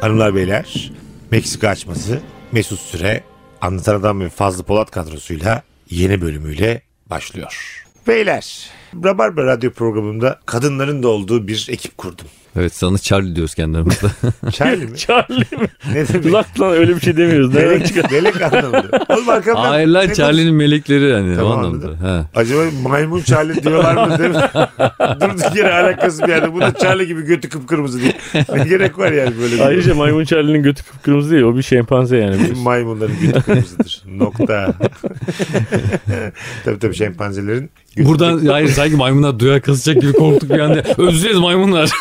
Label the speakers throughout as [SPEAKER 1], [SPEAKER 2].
[SPEAKER 1] Hanımlar beyler Meksika açması Mesut Süre Anlatan Adam ve Fazlı Polat kadrosuyla yeni bölümüyle başlıyor. Beyler Rabarba Radyo programında kadınların da olduğu bir ekip kurdum.
[SPEAKER 2] Evet sana Charlie diyoruz kendi aramızda.
[SPEAKER 1] Charlie mi?
[SPEAKER 3] Charlie mi?
[SPEAKER 1] ne demek?
[SPEAKER 3] Lan lan öyle bir şey demiyoruz. Nereden çıkar?
[SPEAKER 1] Melek, melek anlamında. Oğlum arkamdan
[SPEAKER 2] Hayır lan
[SPEAKER 1] ne
[SPEAKER 2] Charlie'nin melekleri hani
[SPEAKER 1] Tamam,
[SPEAKER 2] o anlamda.
[SPEAKER 1] anladım.
[SPEAKER 2] Ha.
[SPEAKER 1] Acaba maymun Charlie diyorlar mı değil mi? Durduk yere alakası bir yerde. Bu da Charlie gibi götü kıpkırmızı değil. Ne gerek var yani böyle bir
[SPEAKER 3] Ayrıca maymun Charlie'nin götü kıpkırmızı değil. O bir şempanze yani.
[SPEAKER 1] Bütün maymunların götü kırmızıdır. Nokta. tabii tabii şempanzelerin götü
[SPEAKER 2] Buradan hayır sanki maymunlar duyar kasacak gibi korktuk bir anda. Özleriz maymunlar.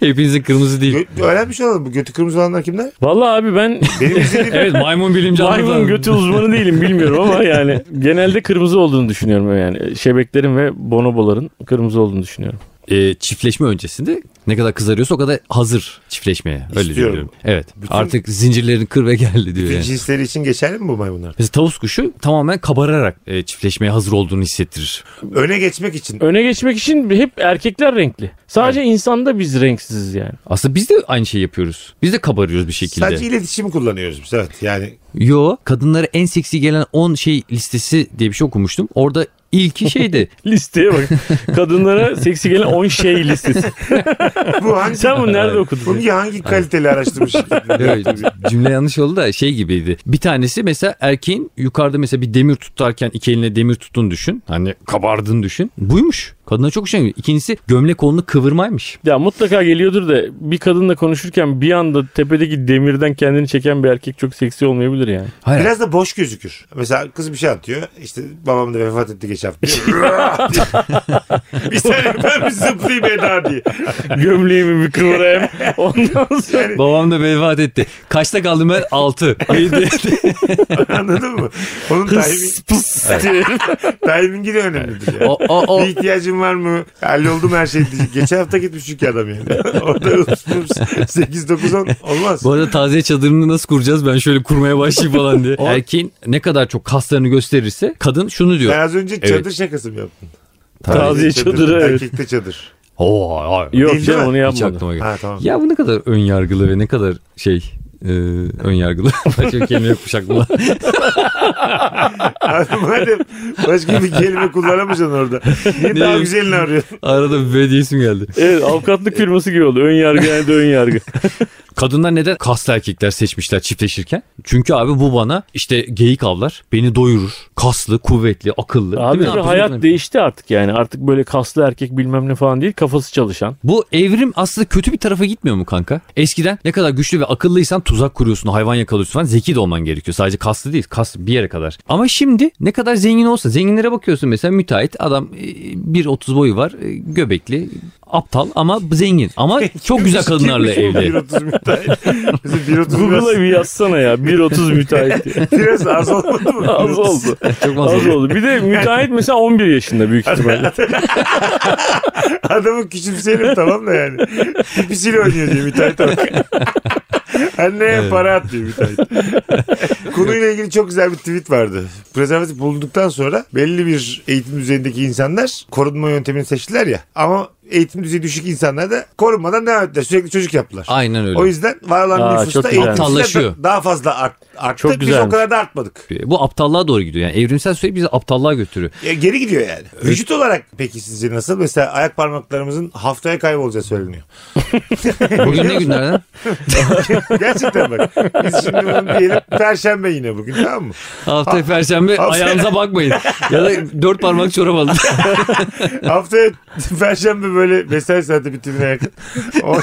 [SPEAKER 2] Hepinizin kırmızı değil.
[SPEAKER 1] Gö- öğrenmiş olalım. Bu götü kırmızı olanlar kimler?
[SPEAKER 3] Vallahi abi ben
[SPEAKER 1] Benim izlediğim
[SPEAKER 2] Evet maymun bilimci
[SPEAKER 3] maymun
[SPEAKER 2] anlatan.
[SPEAKER 3] götü uzmanı değilim bilmiyorum ama yani genelde kırmızı olduğunu düşünüyorum yani. Şebeklerin ve bonoboların kırmızı olduğunu düşünüyorum.
[SPEAKER 2] E, çiftleşme öncesinde ne kadar kızarıyorsa o kadar hazır çiftleşmeye. Öyle
[SPEAKER 1] İstiyorum.
[SPEAKER 2] diyorum. Evet
[SPEAKER 1] Bütün-
[SPEAKER 2] artık zincirlerin kır ve geldi diyor yani.
[SPEAKER 1] cinsleri için geçerli mi bu maymunlar?
[SPEAKER 2] Mesela tavus kuşu tamamen kabararak e, çiftleşmeye hazır olduğunu hissettirir.
[SPEAKER 1] Öne geçmek için.
[SPEAKER 3] Öne geçmek için hep erkekler renkli. Sadece insanda biz renksiziz yani.
[SPEAKER 2] Aslında biz de aynı şeyi yapıyoruz. Biz de kabarıyoruz bir şekilde.
[SPEAKER 1] Sadece iletişimi kullanıyoruz biz. Evet yani
[SPEAKER 2] Yo kadınlara en seksi gelen 10 şey listesi diye bir şey okumuştum. Orada ilki şeydi.
[SPEAKER 3] Listeye bak. Kadınlara seksi gelen 10 şey listesi.
[SPEAKER 1] bu hangi,
[SPEAKER 3] Sen bunu nerede okudun?
[SPEAKER 1] bunu hangi kaliteli araştırmış?
[SPEAKER 2] Evet, cümle yanlış oldu da şey gibiydi. Bir tanesi mesela erkeğin yukarıda mesela bir demir tutarken iki eline demir tuttuğunu düşün. Hani kabardığını düşün. Buymuş. Kadına çok hoşuma gidiyor. İkincisi gömlek kolunu kıvırmaymış.
[SPEAKER 3] Ya mutlaka geliyordur da bir kadınla konuşurken bir anda tepedeki demirden kendini çeken bir erkek çok seksi olmayabilir yani.
[SPEAKER 2] Hayır.
[SPEAKER 1] Biraz da boş gözükür. Mesela kız bir şey atıyor. İşte babam da vefat etti geçen hafta. bir saniye ben bir zıplayayım Eda diye.
[SPEAKER 3] Gömleğimi bir kıvırayım. Ondan sonra
[SPEAKER 2] Babam da vefat etti. Kaçta kaldım ben? 6.
[SPEAKER 1] Anladın mı? Onun timing,
[SPEAKER 3] pıs pıs.
[SPEAKER 1] timingi de önemlidir. Yani.
[SPEAKER 2] o, o, o.
[SPEAKER 1] Bir ihtiyacın var mı? Halloldu mu her şey? diyecek. Geçen hafta gitmiş çünkü adam yani. Orada ups, ups, 8-9-10 olmaz.
[SPEAKER 2] Bu arada taziye çadırını nasıl kuracağız? Ben şöyle kurmaya başlayayım falan diye.
[SPEAKER 1] O-
[SPEAKER 2] Erkeğin ne kadar çok kaslarını gösterirse kadın şunu diyor.
[SPEAKER 1] Ben az önce çadır şakası mı yaptın?
[SPEAKER 3] Taziye çadırı evet.
[SPEAKER 1] Erkekte çadır.
[SPEAKER 2] Oo, ay,
[SPEAKER 3] Yok
[SPEAKER 1] Değil mi?
[SPEAKER 3] canım onu
[SPEAKER 2] hiç
[SPEAKER 3] yapmadım.
[SPEAKER 2] aklıma gelmedi.
[SPEAKER 1] Ha tamam.
[SPEAKER 2] Ya bu ne kadar ön yargılı ve ne kadar şey e, ön yargılı. Başka bir kelime yokmuş aklımda.
[SPEAKER 1] Abi madem başka bir kelime kullanamayacaksın orada. Niye daha
[SPEAKER 2] Ne?
[SPEAKER 1] güzelini arıyorsun?
[SPEAKER 2] Arada bir V diyesim geldi.
[SPEAKER 3] Evet avukatlık firması gibi oldu. Ön yargı yani de ön yargı.
[SPEAKER 2] Kadınlar neden kaslı erkekler seçmişler çiftleşirken? Çünkü abi bu bana işte geyik avlar. Beni doyurur. Kaslı, kuvvetli, akıllı. Değil
[SPEAKER 3] Abi
[SPEAKER 2] mi?
[SPEAKER 3] bir
[SPEAKER 2] Yapıyorsun
[SPEAKER 3] hayat
[SPEAKER 2] bunu.
[SPEAKER 3] değişti artık yani. Artık böyle kaslı erkek bilmem ne falan değil. Kafası çalışan.
[SPEAKER 2] Bu evrim aslında kötü bir tarafa gitmiyor mu kanka? Eskiden ne kadar güçlü ve akıllıysan tuzak kuruyorsun, hayvan yakalıyorsun falan zeki de olman gerekiyor. Sadece kaslı değil, kaslı bir yere kadar. Ama şimdi ne kadar zengin olsa, zenginlere bakıyorsun mesela müteahhit adam e, 1.30 boyu var, e, göbekli, aptal ama zengin. Ama çok güzel kadınlarla
[SPEAKER 1] Kimmiş bu
[SPEAKER 2] evli.
[SPEAKER 1] 1.30 müteahhit. Bizim 1.30 biraz,
[SPEAKER 3] Google'a bir yazsana ya. 1.30 müteahhit diye.
[SPEAKER 1] biraz az olmadı mı?
[SPEAKER 3] Az oldu.
[SPEAKER 2] Çok
[SPEAKER 3] Az
[SPEAKER 2] fazla.
[SPEAKER 3] oldu. Bir de müteahhit mesela 11 yaşında büyük ihtimalle.
[SPEAKER 1] Adamı küçümseyelim tamam da yani. Tipisiyle oynuyor diyor müteahhit bak. Anneye para at diyor müteahhit. Konuyla ilgili çok güzel bir tweet vardı. Prezervatif bulunduktan sonra belli bir eğitim düzeyindeki insanlar korunma yöntemini seçtiler ya. Ama eğitim düzeyi düşük insanlar da korunmadan devam ettiler. Sürekli çocuk yaptılar.
[SPEAKER 2] Aynen öyle.
[SPEAKER 1] O yüzden var olan
[SPEAKER 3] Aa,
[SPEAKER 1] nüfusta
[SPEAKER 3] çok
[SPEAKER 1] eğitim
[SPEAKER 2] güzelmiş.
[SPEAKER 1] düzeyi da- daha fazla art, arttı.
[SPEAKER 3] Çok
[SPEAKER 1] Biz o
[SPEAKER 3] güzelmiş.
[SPEAKER 1] kadar da artmadık.
[SPEAKER 2] Bu aptallığa doğru gidiyor. Yani evrimsel süreç bizi aptallığa götürüyor.
[SPEAKER 1] Ya E, geri gidiyor yani. Vücut olarak peki sizce nasıl? Mesela ayak parmaklarımızın haftaya kaybolacağı söyleniyor.
[SPEAKER 2] Bugün ne günlerden?
[SPEAKER 1] Gerçekten bak. Biz şimdi bunu diyelim Perşembe yine bugün tamam mı?
[SPEAKER 2] Haftaya perşembe
[SPEAKER 1] Haftaya-
[SPEAKER 2] ayağınıza bakmayın. Ya da dört parmak çorap alın.
[SPEAKER 1] Haftaya Perşembe böyle mesai saati bitimine yakın. O-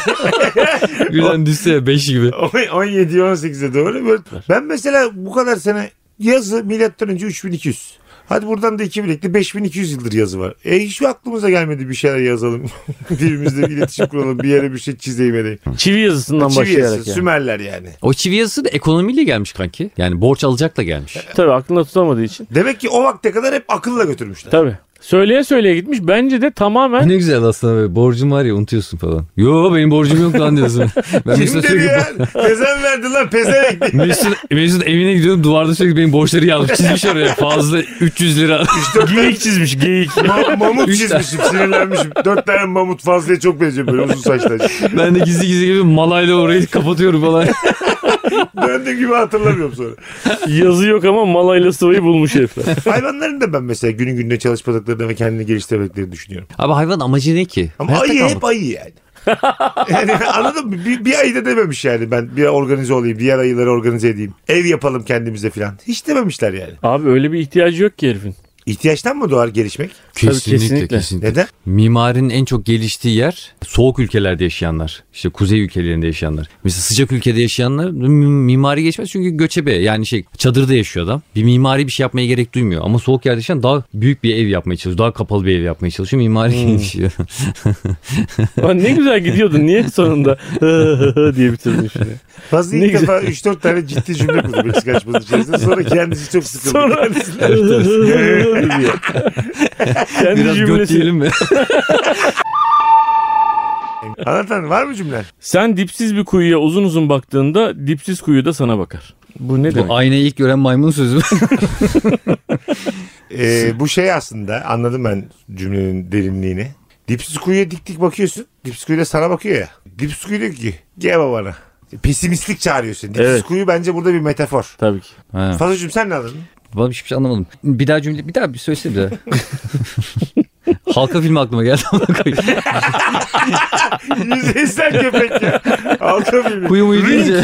[SPEAKER 2] Birden düşse beş gibi.
[SPEAKER 1] o- 17-18'e doğru böyle. Ben mesela bu kadar sene yazı milattan önce 3200. Hadi buradan da 2000 ekle 5200 yıldır yazı var. E hiç aklımıza gelmedi bir şeyler yazalım. Birbirimizle bir iletişim kuralım. Bir yere bir şey çizeyim edeyim.
[SPEAKER 3] Çivi yazısından
[SPEAKER 1] Çivi
[SPEAKER 3] başlayarak
[SPEAKER 1] yazısı,
[SPEAKER 3] yani.
[SPEAKER 1] Sümerler yani.
[SPEAKER 2] O çivi yazısı da ekonomiyle gelmiş kanki. Yani borç alacakla gelmiş.
[SPEAKER 3] Tabii aklında tutamadığı için.
[SPEAKER 1] Demek ki o vakte kadar hep akılla götürmüşler.
[SPEAKER 3] Tabii. Söyleye söyleye gitmiş. Bence de tamamen
[SPEAKER 2] E, Ne güzel aslında böyle borcum var ya unutuyorsun falan. Yo benim borcum yok lan diyorsun. Ben
[SPEAKER 1] Kim
[SPEAKER 2] Mesut'a
[SPEAKER 1] dedi
[SPEAKER 2] sürekli,
[SPEAKER 1] ya? Pezen verdi lan pezevenk diye.
[SPEAKER 2] Mesut, Mesut evine gidiyordum duvarda sürekli benim borçları yazmış. Çizmiş oraya fazla 300 lira.
[SPEAKER 3] geyik çizmiş geyik.
[SPEAKER 1] Ma- mamut
[SPEAKER 2] Üç tane.
[SPEAKER 1] çizmişim sinirlenmişim. Dört tane mamut fazlaya çok benziyor böyle uzun saçlar.
[SPEAKER 2] ben de gizli gizli gibi malayla orayı kapatıyorum falan.
[SPEAKER 1] Döndüğüm gibi hatırlamıyorum sonra.
[SPEAKER 3] Yazı yok ama malayla sıvayı bulmuş herifler.
[SPEAKER 1] Hayvanların da ben mesela günün gününe çalışmadıklarını ve kendini geliştirmeklerini düşünüyorum.
[SPEAKER 2] Abi hayvan amacı ne ki?
[SPEAKER 1] Ama
[SPEAKER 2] Hayatta
[SPEAKER 1] ayı
[SPEAKER 2] kalmak.
[SPEAKER 1] hep ayı yani. yani anladın mı? Bir, bir ayı da dememiş yani ben bir organize olayım, diğer ayıları organize edeyim. Ev yapalım kendimize filan. Hiç dememişler yani.
[SPEAKER 3] Abi öyle bir ihtiyacı yok ki herifin.
[SPEAKER 1] İhtiyaçtan mı doğar gelişmek?
[SPEAKER 2] Kesinlikle,
[SPEAKER 3] Tabii, kesinlikle.
[SPEAKER 2] kesinlikle.
[SPEAKER 1] Neden?
[SPEAKER 2] Mimarinin en çok geliştiği yer soğuk ülkelerde yaşayanlar. İşte kuzey ülkelerinde yaşayanlar. Mesela sıcak ülkede yaşayanlar mi- mimari geçmez çünkü göçebe. Yani şey çadırda yaşıyor adam. Bir mimari bir şey yapmaya gerek duymuyor. Ama soğuk yerde yaşayan daha büyük bir ev yapmaya çalışıyor. Daha kapalı bir ev yapmaya çalışıyor. Mimari
[SPEAKER 3] Hmm.
[SPEAKER 2] gelişiyor.
[SPEAKER 3] Lan ne güzel gidiyordu. Niye sonunda diye bitirmiş.
[SPEAKER 1] Fazla
[SPEAKER 3] Ne
[SPEAKER 1] ilk
[SPEAKER 3] güzel.
[SPEAKER 1] defa 3-4 tane ciddi cümle kurdu Meksika açması içerisinde. Sonra kendisi çok sıkıldı.
[SPEAKER 3] Sonra diye. Kendi
[SPEAKER 2] Biraz göt
[SPEAKER 3] cümlesi.
[SPEAKER 2] diyelim mi?
[SPEAKER 1] Anlatan var mı cümlen?
[SPEAKER 3] Sen dipsiz bir kuyuya uzun uzun baktığında dipsiz kuyu da sana bakar. Bu ne demek?
[SPEAKER 2] Bu aynayı ilk gören maymun sözü mü?
[SPEAKER 1] Ee, bu şey aslında anladım ben cümlenin derinliğini. Dipsiz kuyuya dik dik bakıyorsun. Dipsiz kuyu da sana bakıyor ya. Dipsiz kuyu diyor ki gel babana. Pesimistlik çağırıyor seni. Dipsiz
[SPEAKER 3] Evet.
[SPEAKER 1] kuyu bence burada bir metafor.
[SPEAKER 3] Tabii ki.
[SPEAKER 2] Ha.
[SPEAKER 1] Fazlıcığım sen ne anladın?
[SPEAKER 2] Vallahi hiçbir şey anlamadım. Bir daha cümle bir daha bir söylesene bir daha. Halka filmi aklıma geldi.
[SPEAKER 1] Yüzeysel köpek ya. Halka filmi.
[SPEAKER 2] Kuyu muyu deyince.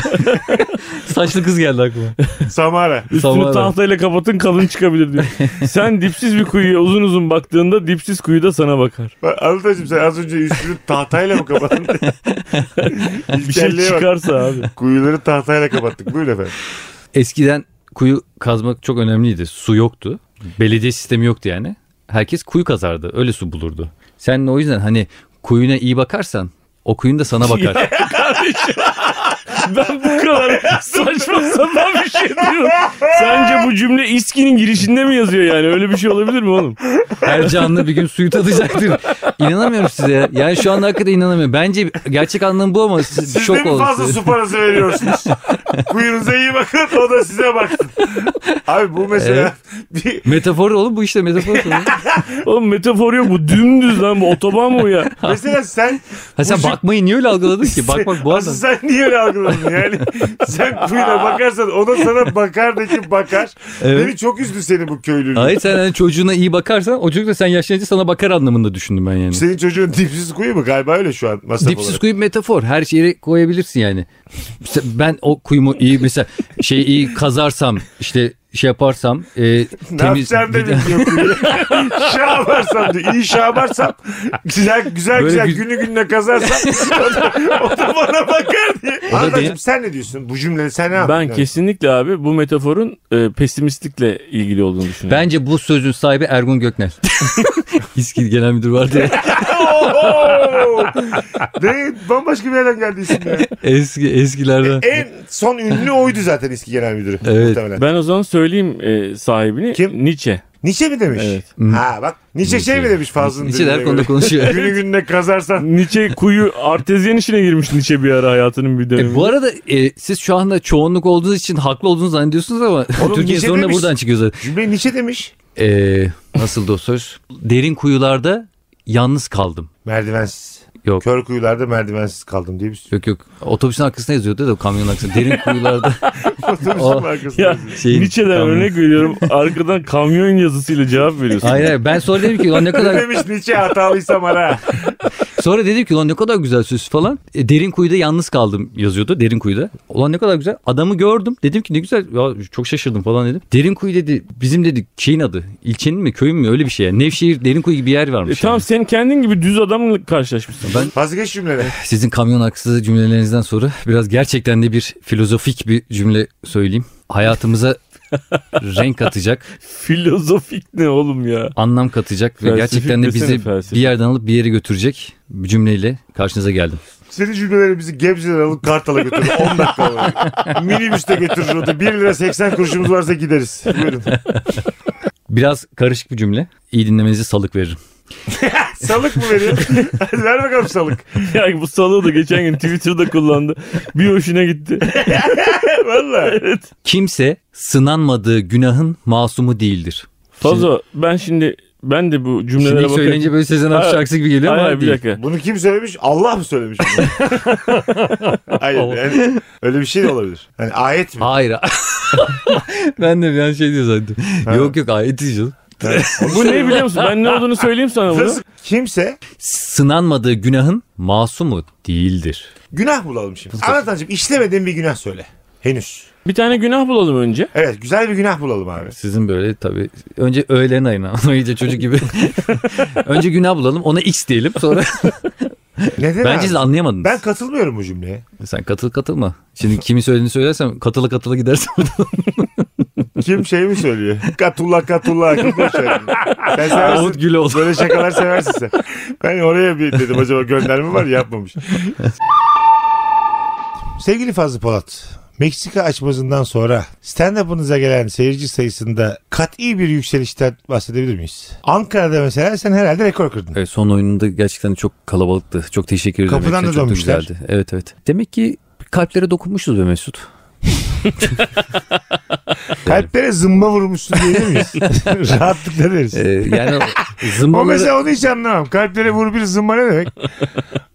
[SPEAKER 2] Saçlı kız geldi aklıma.
[SPEAKER 1] Samara.
[SPEAKER 2] Samara.
[SPEAKER 3] Üstünü tahtayla kapatın kalın çıkabilir diyor. Sen dipsiz bir kuyuya uzun uzun baktığında dipsiz kuyu da sana bakar.
[SPEAKER 1] Bak, Anlatacığım sen az önce üstünü tahtayla mı kapattın?
[SPEAKER 3] Bir şey
[SPEAKER 1] İlkelliğe bak.
[SPEAKER 3] çıkarsa abi.
[SPEAKER 1] Kuyuları tahtayla kapattık. Buyurun efendim.
[SPEAKER 2] Eskiden kuyu kazmak çok önemliydi. Su yoktu. Belediye sistemi yoktu yani. Herkes kuyu kazardı. Öyle su bulurdu. Sen de o yüzden hani kuyuna iyi bakarsan o kuyun da sana bakar.
[SPEAKER 3] Ben bu kadar saçma sapan bir şey diyorum. Sence bu cümle İSKİ'nin girişinde mi yazıyor yani? Öyle bir şey olabilir mi oğlum?
[SPEAKER 2] Her canlı bir gün suyu tadacaktır. İnanamıyorum size. ya. Yani şu anda hakikaten inanamıyorum. Bence gerçek anlamı bu ama siz
[SPEAKER 1] Siz
[SPEAKER 2] şok
[SPEAKER 1] de mi fazla
[SPEAKER 2] oldunuz.
[SPEAKER 1] su parası veriyorsunuz? Kuyunuza iyi bakın o da size baksın. Abi bu mesela bir
[SPEAKER 2] Metafor oğlum bu işte metafor.
[SPEAKER 3] Oğlum metafor yok bu dümdüz lan bu otoban mı bu ya?
[SPEAKER 1] Mesela sen
[SPEAKER 2] ha sen
[SPEAKER 1] Bu şu-
[SPEAKER 2] bakmayı niye öyle algıladın ki? Bak bak bu
[SPEAKER 1] Asıl
[SPEAKER 2] adam.
[SPEAKER 1] sen niye öyle algıladın yani? sen kuyuna bakarsan o da sana bakar da ki bakar.
[SPEAKER 2] Evet.
[SPEAKER 1] Beni çok üzdü senin bu köylülüğün.
[SPEAKER 2] Hayır sen hani çocuğuna iyi bakarsan o çocuk da sen yaşlanınca sana bakar anlamında düşündüm ben yani.
[SPEAKER 1] Senin çocuğun dipsiz kuyu mu? Galiba öyle şu an masraf
[SPEAKER 2] Dipsiz
[SPEAKER 1] olarak.
[SPEAKER 2] kuyu bir metafor. Her şeyi koyabilirsin yani. Mesela Ben o kuyumu iyi mesela şey iyi kazarsam işte şey yaparsam e,
[SPEAKER 1] Ne
[SPEAKER 2] temiz
[SPEAKER 1] yapacağım da bilmiyorum kuyu. Şabarsam Şey diyor. İyi şabarsam güzel güzel
[SPEAKER 2] Böyle
[SPEAKER 1] güzel
[SPEAKER 2] güz-
[SPEAKER 1] günü gününe kazarsam o da, o da bana bakar diye.
[SPEAKER 2] da
[SPEAKER 1] Anlatacığım
[SPEAKER 2] benim-
[SPEAKER 1] sen ne diyorsun? Bu cümleyi sen ne yaptın?
[SPEAKER 3] Ben kesinlikle abi bu metaforun e, pesimistlikle ilgili olduğunu düşünüyorum.
[SPEAKER 2] Bence bu sözün sahibi Ergun Göknel. İSKİ genel müdür vardı ya.
[SPEAKER 1] Oho! ne, bambaşka bir yerden geldi isim ya.
[SPEAKER 2] Eski eskilerden.
[SPEAKER 1] En son ünlü oydu zaten eski genel müdürü.
[SPEAKER 2] Evet.
[SPEAKER 1] Muhtemelen.
[SPEAKER 3] Ben o zaman söyleyeyim e, sahibini.
[SPEAKER 1] Kim?
[SPEAKER 3] Nietzsche.
[SPEAKER 1] Nietzsche mi demiş?
[SPEAKER 3] Evet.
[SPEAKER 1] Ha bak Nietzsche, şey mi demiş Fazlı'nın
[SPEAKER 2] Hmm. Nietzsche de her
[SPEAKER 1] dediğine
[SPEAKER 2] konuda
[SPEAKER 1] göre?
[SPEAKER 2] konuşuyor.
[SPEAKER 1] Günü gününe kazarsan
[SPEAKER 3] Nietzsche kuyu artezyen işine girmiş Nietzsche bir ara hayatının bir dönemi.
[SPEAKER 2] E, bu arada e, siz şu anda çoğunluk olduğunuz için haklı olduğunuzu zannediyorsunuz ama Türkiye
[SPEAKER 1] Nietzsche
[SPEAKER 2] zoruna
[SPEAKER 1] şey demiş.
[SPEAKER 2] buradan çıkıyor zaten.
[SPEAKER 1] cümleyi Nietzsche demiş.
[SPEAKER 2] E, nasıl o söz? Derin kuyularda yalnız kaldım.
[SPEAKER 1] Merdivensiz.
[SPEAKER 2] Yok.
[SPEAKER 1] Kör kuyularda merdivensiz kaldım diye bir sürü.
[SPEAKER 2] Yok yok. Otobüsün arkasına yazıyordu da kamyonun arkasına. Derin kuyularda
[SPEAKER 1] Otobüsün
[SPEAKER 2] O-
[SPEAKER 1] arkasında.
[SPEAKER 3] Ya
[SPEAKER 1] yazıyor.
[SPEAKER 2] şeyin.
[SPEAKER 3] Nietzsche'den
[SPEAKER 2] kamyonun-
[SPEAKER 3] örnek veriyorum. Arkadan kamyon yazısıyla cevap veriyorsun.
[SPEAKER 2] Hayır hayır ben sonra dedim ki lan ne
[SPEAKER 1] Ne
[SPEAKER 2] kadar
[SPEAKER 1] demiş Nietzsche hatalıysam ara.
[SPEAKER 2] sonra dedim ki lan ne kadar güzel süs falan. E, derin kuyuda yalnız kaldım yazıyordu derin kuyuda. Ulan ne kadar güzel. Adamı gördüm. Dedim ki ne güzel ya çok şaşırdım falan dedim. Derin kuyu dedi bizim dedi şeyin adı ilçenin mi köyün mü öyle bir şey. Yani. Nevşehir derin kuyu gibi bir yer
[SPEAKER 3] E,
[SPEAKER 2] varmış.
[SPEAKER 3] tamam
[SPEAKER 2] yani.
[SPEAKER 3] sen kendin gibi düz adamla karşılaşmışsın.
[SPEAKER 2] Ben
[SPEAKER 1] Vazgeç cümleni.
[SPEAKER 2] sizin kamyon haksız cümlelerinizden sonra biraz gerçekten de bir filozofik bir cümle söyleyeyim. Hayatımıza renk katacak,
[SPEAKER 3] Filozofik ne oğlum ya?
[SPEAKER 2] anlam katacak ve
[SPEAKER 3] Felsefik
[SPEAKER 2] gerçekten de
[SPEAKER 3] desene
[SPEAKER 2] bizi
[SPEAKER 3] felsefik.
[SPEAKER 2] bir yerden alıp bir yere götürecek bir cümleyle karşınıza geldim.
[SPEAKER 1] Senin cümlelerimizi Gebze'den alıp Kartal'a götürür. 10 dakika olarak. Minibüste götürür o da. 1 lira 80 kuruşumuz varsa gideriz. Buyurun.
[SPEAKER 2] Biraz karışık bir cümle. İyi dinlemenizi salık veririm.
[SPEAKER 1] Salık mı veriyor? Hadi ver bakalım salık.
[SPEAKER 3] Ya bu salığı da geçen gün Twitter'da kullandı. Bir hoşuna gitti.
[SPEAKER 1] Valla.
[SPEAKER 3] Evet.
[SPEAKER 2] Kimse sınanmadığı günahın masumu değildir.
[SPEAKER 3] Fazo ben şimdi ben de bu
[SPEAKER 2] Şimdi
[SPEAKER 3] cümlelere
[SPEAKER 2] ilk
[SPEAKER 3] bakıyorum.
[SPEAKER 2] söyleyince böyle Sezen Aksu
[SPEAKER 3] Ha,
[SPEAKER 2] şarkısı gibi geliyor ama
[SPEAKER 3] Hayır, bir
[SPEAKER 2] şey değil.
[SPEAKER 3] dakika.
[SPEAKER 1] Bunu kim söylemiş? Allah mı söylemiş? bunu? Hayır yani öyle bir şey de olabilir. Hani ayet mi?
[SPEAKER 2] Hayır. ben de bir an şey diyor zannettim. Yok yok ayet diyeceğim.
[SPEAKER 3] Bu ne biliyor musun? Ben ne olduğunu söyleyeyim sana bunu.
[SPEAKER 1] Nasıl kimse
[SPEAKER 2] Sınanmadığı günahın masumu değildir.
[SPEAKER 1] günah bulalım şimdi. Anlatancığım işlemediğin bir günah söyle. Henüz.
[SPEAKER 3] Bir tane günah bulalım önce.
[SPEAKER 1] Evet güzel bir günah bulalım abi.
[SPEAKER 2] Sizin böyle tabii önce öğlen ayına ama iyice çocuk gibi. önce günah bulalım ona x diyelim sonra.
[SPEAKER 1] Neden
[SPEAKER 2] Bence
[SPEAKER 1] abi?
[SPEAKER 2] siz anlayamadınız.
[SPEAKER 1] Ben katılmıyorum bu cümleye.
[SPEAKER 2] Sen katıl katılma. Şimdi kimin söylediğini söylersem katıla katıla gidersin.
[SPEAKER 1] Kim şey mi söylüyor? Katullah katullah. Kim boş ver. Sen şey.
[SPEAKER 2] Davut
[SPEAKER 1] seversin.
[SPEAKER 2] Gül oldu.
[SPEAKER 1] Böyle şakalar seversin sen. Ben oraya bir dedim acaba gönderme var yapmamış. Sevgili Fazlı Polat, Meksika açmazından sonra stand-up'ınıza gelen seyirci sayısında kat'i bir yükselişten bahsedebilir miyiz? Ankara'da mesela sen herhalde rekor kırdın.
[SPEAKER 2] Evet son oyununda gerçekten çok kalabalıktı. Çok teşekkür ederim.
[SPEAKER 1] Kapıdan
[SPEAKER 2] Hepsi
[SPEAKER 1] da
[SPEAKER 2] çok
[SPEAKER 1] dönmüşler.
[SPEAKER 2] güzeldi. Evet evet. Demek ki kalplere dokunmuşuz be Mesut.
[SPEAKER 1] Kalplere zımba vurmuşsun diyebilir miyiz? Rahatlıkla deriz.
[SPEAKER 2] Ee, yani
[SPEAKER 1] o
[SPEAKER 2] zımbaları...
[SPEAKER 1] mesela onu hiç anlamam. Kalplere vur bir zımba ne demek?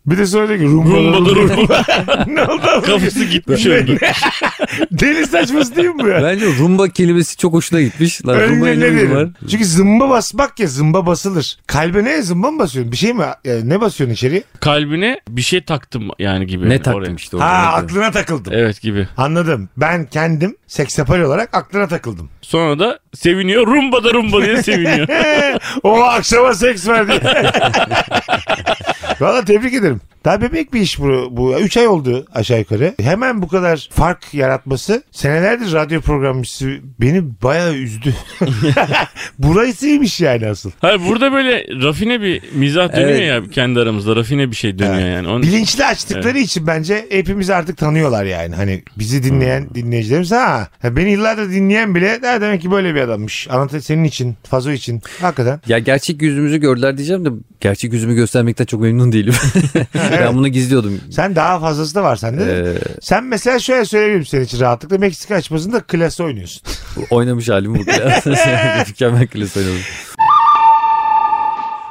[SPEAKER 1] Bir de sonra diyor ki rumba. ne oldu? abi?
[SPEAKER 3] Kafası gitmiş öldü.
[SPEAKER 1] Deli saçması değil mi bu ya?
[SPEAKER 2] Bence rumba kelimesi çok hoşuna gitmiş. Lan rumba
[SPEAKER 1] Önüne
[SPEAKER 2] ne
[SPEAKER 1] ne
[SPEAKER 2] ilgisi var?
[SPEAKER 1] dedim? Çünkü zımba basmak ya zımba basılır. Kalbe ne zımba mı basıyorsun? Bir şey mi? Yani ne basıyorsun içeriye?
[SPEAKER 3] Kalbine bir şey taktım yani gibi.
[SPEAKER 2] Ne taktım
[SPEAKER 3] Oraya.
[SPEAKER 2] işte orada.
[SPEAKER 1] Ha
[SPEAKER 2] Ne
[SPEAKER 1] aklına takıldım.
[SPEAKER 3] Evet gibi.
[SPEAKER 1] Anladım. Ben kendim seksapal olarak aklına takıldım.
[SPEAKER 3] Sonra da seviniyor. Rumba da rumba diye seviniyor.
[SPEAKER 1] o akşama seks var diye. Valla tebrik ederim. Daha bebek bir iş bu. bu. Üç ay oldu aşağı yukarı. Hemen bu kadar fark yaratması senelerdir radyo programcısı beni bayağı üzdü. Burasıymış yani asıl.
[SPEAKER 3] Hayır burada böyle rafine bir mizah dönüyor ya kendi aramızda. Rafine bir şey dönüyor
[SPEAKER 1] Evet.
[SPEAKER 3] yani. Onun...
[SPEAKER 1] Bilinçli açtıkları için bence hepimiz artık tanıyorlar yani. Hani bizi dinleyen dinleyicilerimiz ha ha, beni yıllardır dinleyen bile ha, demek ki böyle bir adammış. Anlatı senin için, Fazo için. Hakikaten.
[SPEAKER 2] Ya gerçek yüzümüzü gördüler diyeceğim de gerçek yüzümü göstermekten çok memnun değilim. ben bunu gizliyordum.
[SPEAKER 1] Sen daha fazlası da var sende. de.
[SPEAKER 2] Ee,
[SPEAKER 1] Sen mesela şöyle söyleyebilirim senin için rahatlıkla. Meksika açmasında klasa oynuyorsun.
[SPEAKER 2] oynamış halim bu. Mükemmel klas oynadım.